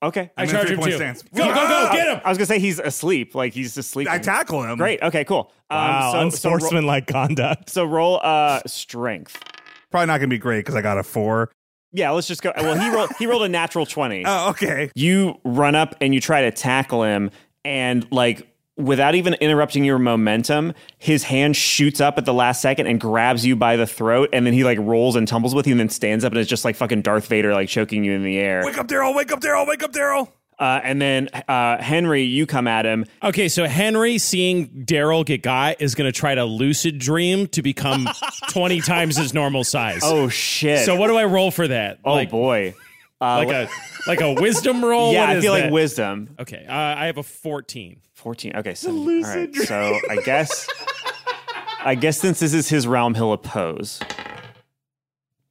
Speaker 4: Okay,
Speaker 7: I'm I in charge him three-point too. stance. Go, go, go, get him!
Speaker 4: I was gonna say he's asleep, like he's just sleeping.
Speaker 7: I tackle him.
Speaker 4: Great. Okay. Cool. Um,
Speaker 6: Um,
Speaker 2: Wow,
Speaker 4: ro-
Speaker 2: unsportsmanlike conduct.
Speaker 4: So roll uh, strength.
Speaker 7: Probably not gonna be great because I got a four.
Speaker 4: Yeah, let's just go. Well, he rolled. He rolled a natural twenty.
Speaker 7: Oh, okay.
Speaker 4: You run up and you try to tackle him, and like without even interrupting your momentum, his hand shoots up at the last second and grabs you by the throat, and then he like rolls and tumbles with you, and then stands up and is just like fucking Darth Vader, like choking you in the air.
Speaker 7: Wake up, Daryl! Wake up, Daryl! Wake up, Daryl!
Speaker 4: Uh, and then uh, Henry, you come at him.
Speaker 6: Okay, so Henry seeing Daryl get got is going to try to lucid dream to become 20 times his normal size.
Speaker 4: Oh shit!
Speaker 6: So what do I roll for that?
Speaker 4: Oh boy, Uh,
Speaker 6: like a like a wisdom roll.
Speaker 4: Yeah,
Speaker 6: What
Speaker 4: I
Speaker 6: is
Speaker 4: feel
Speaker 6: that?
Speaker 4: like wisdom.
Speaker 6: Okay, uh, I have a 14.
Speaker 4: 14. Okay, so
Speaker 6: lucid
Speaker 4: all right, so I guess I guess since this is his realm, he'll oppose.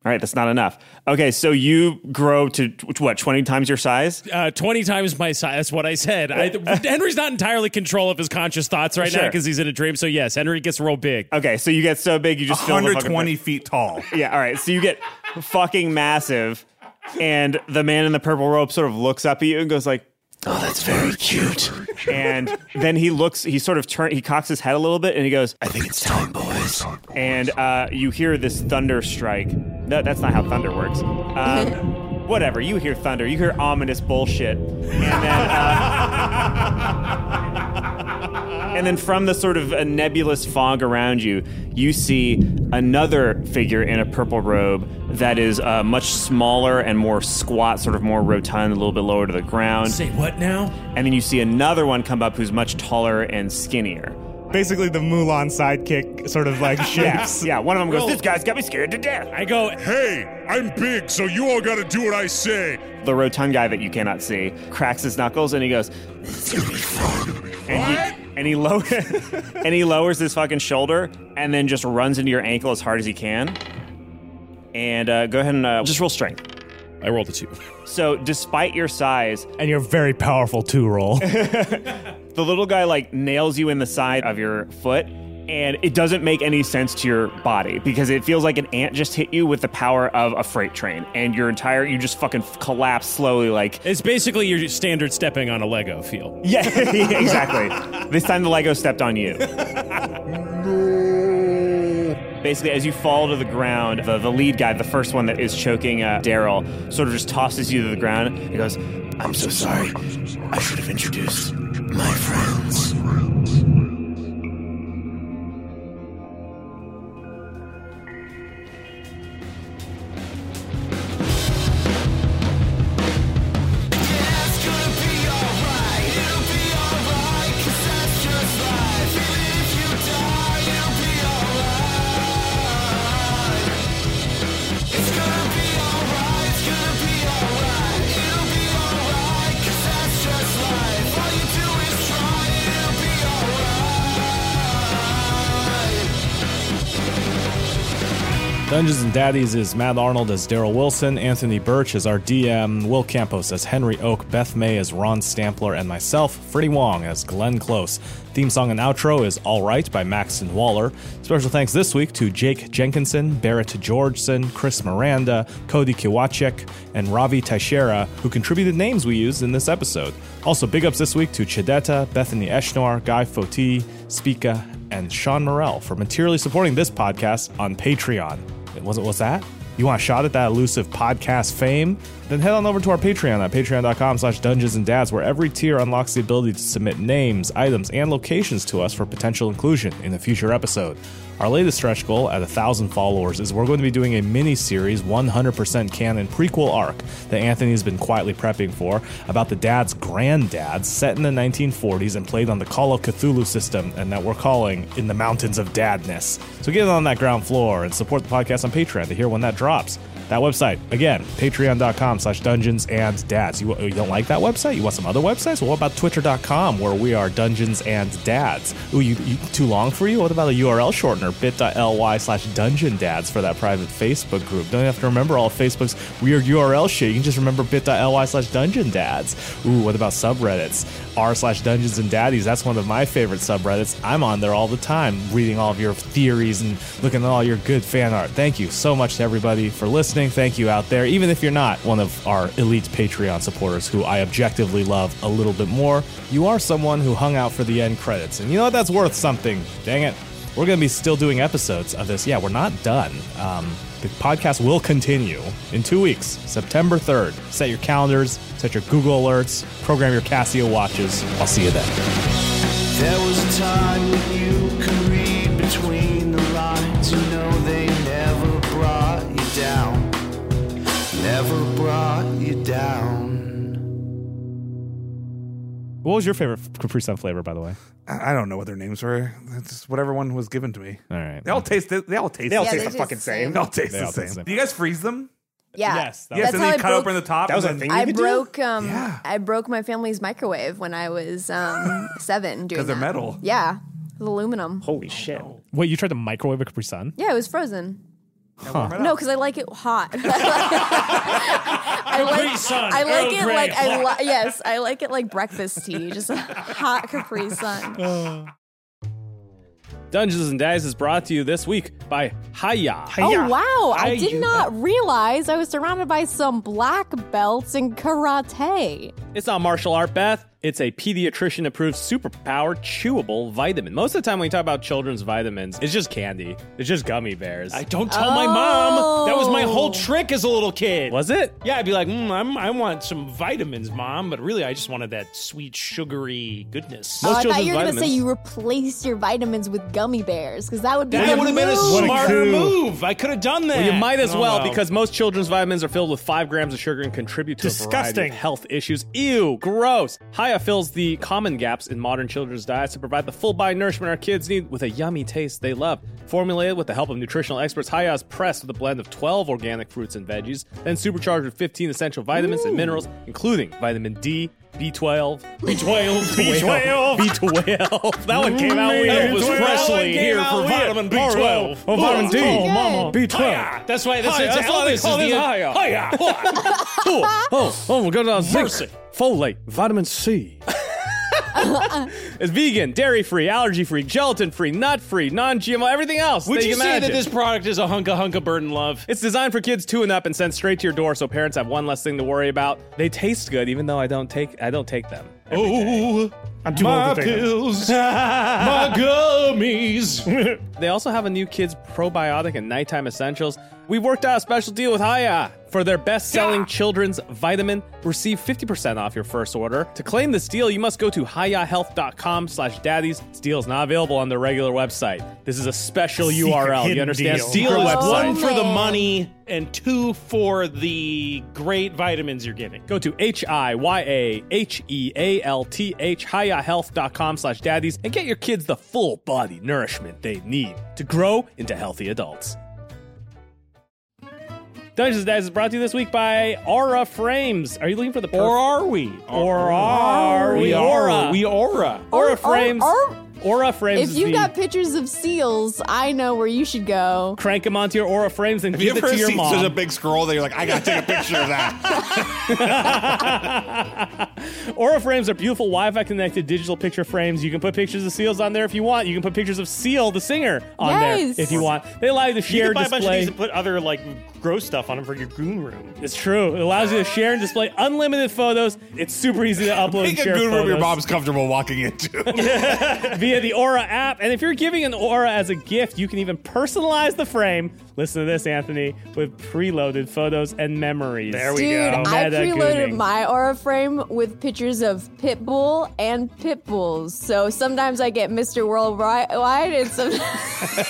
Speaker 4: All right, that's not enough. Okay, so you grow to tw- what? 20 times your size?
Speaker 6: Uh, 20 times my size. That's what I said. I, Henry's not entirely control of his conscious thoughts right now
Speaker 4: Sure.
Speaker 6: because he's in a dream. So yes, Henry gets real big.
Speaker 4: Okay, so you get so big you just fill the fucking
Speaker 7: 120 feet tall.
Speaker 4: Yeah, all right. So you get fucking massive and the man in the purple robe sort of looks up at you and goes like, "Oh, that's very cute." And then he looks he sort of turn he cocks his head a little bit and he goes, "I think it's time, boys." And uh, you hear this thunder strike. No, that's not how thunder works. Um, whatever. You hear thunder. You hear ominous bullshit. And then uh, And then from the sort of a nebulous fog around you, you see another figure in a purple robe that is uh, much smaller and more squat, sort of more rotund, a little bit lower to the ground.
Speaker 6: Say what now?
Speaker 4: And then you see another one come up who's much taller and skinnier.
Speaker 1: Basically, the Mulan sidekick sort of like shapes.
Speaker 4: yeah, one of them goes,
Speaker 1: Roll.
Speaker 4: This guy's got me scared to death.
Speaker 6: I go,
Speaker 14: Hey, I'm big, so you all gotta do what I say.
Speaker 4: The rotund guy that you cannot see cracks his knuckles and he goes, This is gonna be fun. And he, and, he low- and he lowers his fucking shoulder and then just runs into your ankle as hard as he can. And uh, go ahead and uh, just roll strength.
Speaker 6: I rolled a two.
Speaker 4: So, despite your size,
Speaker 1: And you're very powerful two roll.
Speaker 4: the little guy like nails you in the side of your foot and it doesn't make any sense to your body because it feels like an ant just hit you with the power of a freight train and your entire you just fucking collapse slowly like
Speaker 6: It's basically your standard stepping on a Lego feel.
Speaker 4: yeah exactly this time the lego stepped on you Basically, as you fall to the ground, the, the lead guy, the first one that is choking uh, Daryl, sort of just tosses you to the ground. He goes, I'm so sorry. I should have introduced my friends.
Speaker 1: Dungeons and Daddies is Matt Arnold as Daryl Wilson, Anthony Birch as our DM, Will Campos as Henry Oak, Beth May as Ron Stampler, and myself, Freddie Wong as Glenn Close. Theme song and outro is All Right by Maxton Waller. Special thanks this week to Jake Jenkinson, Barrett Georgeson, Chris Miranda, Cody Kiwachek, and Ravi Teixeira, who contributed names we used in this episode. Also, big ups this week to Chidetta, Bethany Eshnor, Guy Foti, Spica, and Sean Morrell for materially supporting this podcast on Patreon. It wasn't what's that? You want a shot at that elusive podcast fame? Then head on over to our Patreon at patreon.com slash dungeons and dads, where every tier unlocks the ability to submit names, items, and locations to us for potential inclusion in a future episode. Our latest stretch goal at 1,000 followers is we're going to be doing a mini series 100% canon prequel arc that Anthony's been quietly prepping for about the dad's granddad set in the 1940s and played on the Call of Cthulhu system and that we're calling In the Mountains of Dadness. So get in on that ground floor and support the podcast on Patreon to hear when that drops. That website, again, patreon.com slash dungeons and dads. You, you don't like that website? You want some other websites? Well, what about twitter.com where we are dungeons and dads? Ooh, you, you too long for you? What about a URL shortener? bit.ly slash dungeon dads for that private Facebook group. Don't have to remember all of Facebook's weird URL shit. You can just remember bit.ly slash dungeon dads. Ooh, what about subreddits? r slash dungeons and daddies. That's one of my favorite subreddits. I'm on there all the time, reading all of your theories and looking at all your good fan art. Thank you so much to everybody for listening. Thank you out there, even if you're not one of our elite Patreon supporters who I objectively love a little bit more. You are someone who hung out for the end credits. And you know what? That's worth something. Dang it we're going to be still doing episodes of this. Yeah, we're not done. Um, the podcast will continue in two weeks, September 3rd. Set your calendars, set your Google alerts, program your Casio watches. I'll see you then.
Speaker 2: There was a time when you could read between the lines. You know they never brought you down. Never brought you down.
Speaker 1: What was your favorite Capri Sun flavor, by the way?
Speaker 7: I I don't know what their names were. That's whatever one was given to me.
Speaker 1: All right.
Speaker 7: They all taste. They all taste.
Speaker 4: They all
Speaker 7: the
Speaker 4: taste
Speaker 7: same.
Speaker 4: the fucking same.
Speaker 7: They all taste
Speaker 4: They
Speaker 7: the
Speaker 4: all
Speaker 7: same.
Speaker 4: taste the same.
Speaker 7: Do you guys freeze them?
Speaker 5: Yeah.
Speaker 7: Yes. and then you cut open the top.
Speaker 4: That was a
Speaker 7: and then-
Speaker 4: thing
Speaker 5: I broke um I broke my family's microwave when I was um seven doing
Speaker 1: 'Cause they're
Speaker 5: that.
Speaker 1: metal.
Speaker 5: Yeah. It was aluminum.
Speaker 4: Holy
Speaker 7: Oh,
Speaker 4: shit.
Speaker 1: Wait, you tried to microwave a Capri Sun?
Speaker 5: Yeah, it was frozen.
Speaker 1: Huh.
Speaker 5: No, because I like it hot. I
Speaker 6: Capri
Speaker 5: like,
Speaker 6: Sun,
Speaker 5: I
Speaker 1: Oh,
Speaker 5: like
Speaker 6: Earl
Speaker 5: it
Speaker 6: Grey,
Speaker 5: like I
Speaker 6: hot.
Speaker 5: li- yes, I like it like breakfast tea, just hot Capri
Speaker 1: Uh,
Speaker 5: Sun.
Speaker 15: Dungeons and Dice is brought to you this week by Haya.
Speaker 5: Oh wow! I did
Speaker 15: Hi-ya.
Speaker 5: not realize I was surrounded by some black belts in karate.
Speaker 1: It's not martial art, Beth. It's a pediatrician approved superpower chewable vitamin. Most of the time when we talk about children's vitamins, it's just candy. It's just gummy bears. I
Speaker 6: Don't tell my mom. That was my
Speaker 5: Oh.
Speaker 6: whole trick as a little kid.
Speaker 1: Was it?
Speaker 6: Yeah, I'd be like, mm, I'm, I want some vitamins, mom, but really, I just wanted that sweet, sugary goodness.
Speaker 5: oh, I thought you were going to say you replaced your vitamins with gummy bears because that would be
Speaker 6: That
Speaker 5: the
Speaker 6: would have been a
Speaker 5: move.
Speaker 6: smarter move. I could have done that.
Speaker 1: Well, you might as
Speaker 6: Oh,
Speaker 1: well because most children's vitamins are filled with five grams of sugar and contribute to a variety
Speaker 6: Disgusting.
Speaker 1: of health issues. Ew, gross. Haya fills the common gaps in modern children's diets to provide the full body nourishment our kids need with a yummy taste they love. Formulated with the help of nutritional experts, Haya is pressed with a blend of 12 organic fruits and veggies, then supercharged with 15 essential vitamins and minerals, including vitamin D. B12, B12,
Speaker 6: B12.
Speaker 1: B12. That one came out
Speaker 6: Mm,
Speaker 1: weird.
Speaker 6: it was
Speaker 1: That one came
Speaker 6: Presley here
Speaker 1: out
Speaker 6: for
Speaker 1: weird.
Speaker 6: vitamin B12.
Speaker 1: Oh, oh, vitamin D.
Speaker 6: Oh, mama.
Speaker 1: B12.
Speaker 6: Hiya. That's why- that's-
Speaker 1: Hiya.
Speaker 6: it's
Speaker 1: why they
Speaker 6: Elvis
Speaker 1: call
Speaker 6: is the-
Speaker 1: this hiya.
Speaker 6: Hiya.
Speaker 1: cool. Oh, oh, we're going to
Speaker 6: Mercy.
Speaker 1: zinc, folate, vitamin C. it's vegan, dairy free, allergy free, gelatin free, nut free, non GMO, everything else.
Speaker 6: Would
Speaker 1: that
Speaker 6: you
Speaker 1: can
Speaker 6: say that
Speaker 1: imagine.
Speaker 6: this product is a hunka hunka burden love?
Speaker 1: It's designed for kids two and up and sent straight to your door, so parents have one less thing to worry about. They taste good, even though I don't take I don't take them.
Speaker 6: Oh,
Speaker 1: I'm too
Speaker 6: my
Speaker 1: old to take them.
Speaker 6: pills, my gummies.
Speaker 1: They also have a new kids probiotic and nighttime essentials. We worked out a special deal with Haya for their best-selling children's vitamin. Receive 50% off your first order. To claim this deal, you must go to hayahealth.com slash daddies. This deal is not available on their regular website. This is a special
Speaker 6: Secret
Speaker 1: URL. You
Speaker 6: hidden
Speaker 1: understand?
Speaker 6: Deal,
Speaker 1: Secret
Speaker 6: is
Speaker 1: website.
Speaker 6: one for the money and two for the great vitamins you're getting.
Speaker 1: Go to E H-I-Y-A-H-E-A-L-T-H, hayahealth.com slash daddies, and get your kids the full body nourishment they need to grow into healthy adults. Dungeons and Dads is brought to you this week by Aura Frames. Are you looking for the perfect?
Speaker 6: Or are we?
Speaker 1: Or are we? Aura.
Speaker 6: We aura.
Speaker 1: Aura Frames.
Speaker 5: or-
Speaker 1: Aura Frames.
Speaker 5: If
Speaker 1: is
Speaker 5: you've
Speaker 1: the-
Speaker 5: got pictures of seals, I know where you should go.
Speaker 1: Crank them onto your aura frames and
Speaker 7: Have you
Speaker 1: give it
Speaker 7: ever
Speaker 1: to your
Speaker 7: seen such a
Speaker 1: mom.
Speaker 7: big scroll that you're like, I gotta take a picture of that?
Speaker 1: Aura frames are beautiful Wi-Fi connected digital picture frames. You can put pictures of seals on there if you want. You can put pictures of Seal, the singer, on
Speaker 6: Yes.
Speaker 1: there if you want. They allow you to share
Speaker 4: you can buy
Speaker 1: display.
Speaker 4: a bunch of these and put other like gross stuff on them for your goon room.
Speaker 1: It's true. It allows you to share and display unlimited photos. It's super easy to upload
Speaker 7: Make
Speaker 1: and
Speaker 7: a
Speaker 1: share
Speaker 7: good room your
Speaker 1: photos
Speaker 7: mom's comfortable walking into.
Speaker 1: via the Aura app. And if you're giving an Aura as a gift, you can even personalize the frame. Listen to this, Anthony, with preloaded photos and memories. There
Speaker 5: Dude, I
Speaker 1: Meta
Speaker 5: preloaded
Speaker 1: gooning.
Speaker 5: my aura frame with pictures of Pitbull and Pitbulls. So sometimes I get Mr. Worldwide and sometimes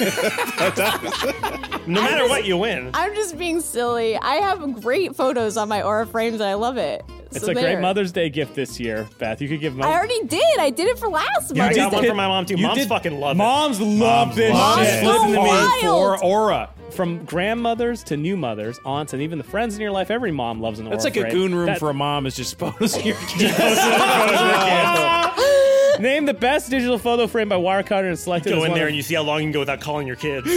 Speaker 4: No matter what, you win.
Speaker 5: I'm just being silly. I have great photos on my aura frames and I love it.
Speaker 1: It's
Speaker 5: So
Speaker 1: a
Speaker 5: there.
Speaker 1: great Mother's Day gift this year, Beth. You could give
Speaker 5: I
Speaker 1: mom.
Speaker 5: already did. I did it for last
Speaker 1: You
Speaker 5: month.
Speaker 1: did it. You did- Moms love this
Speaker 6: love
Speaker 1: shit.
Speaker 6: it. Moms
Speaker 1: Listen to me.
Speaker 6: wild.
Speaker 1: For aura. From grandmothers to new mothers, aunts, and even the friends in your life, every mom loves an aura.
Speaker 6: That's like a
Speaker 1: frame.
Speaker 6: goon room
Speaker 1: That-
Speaker 6: for a mom is just photos of your kids.
Speaker 1: Name the best digital photo frame by Wirecutter and select it
Speaker 4: Go
Speaker 1: as
Speaker 4: in
Speaker 1: one
Speaker 4: there
Speaker 1: of-
Speaker 4: and you see how long you can go without calling your kids.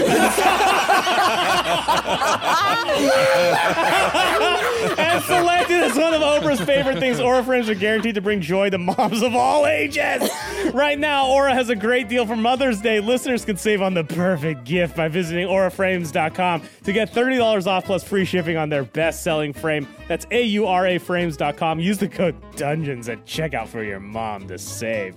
Speaker 1: and selected as one of Oprah's favorite things. Aura frames are guaranteed to bring joy to moms of all ages. Right now, Aura has a great deal for Mother's Day. Listeners can save on the perfect gift by visiting auraframes.com to get $30 off plus free shipping on their best-selling frame. That's A-U-R-A frames.com. Use the code DUNGEONS at checkout for your mom to save.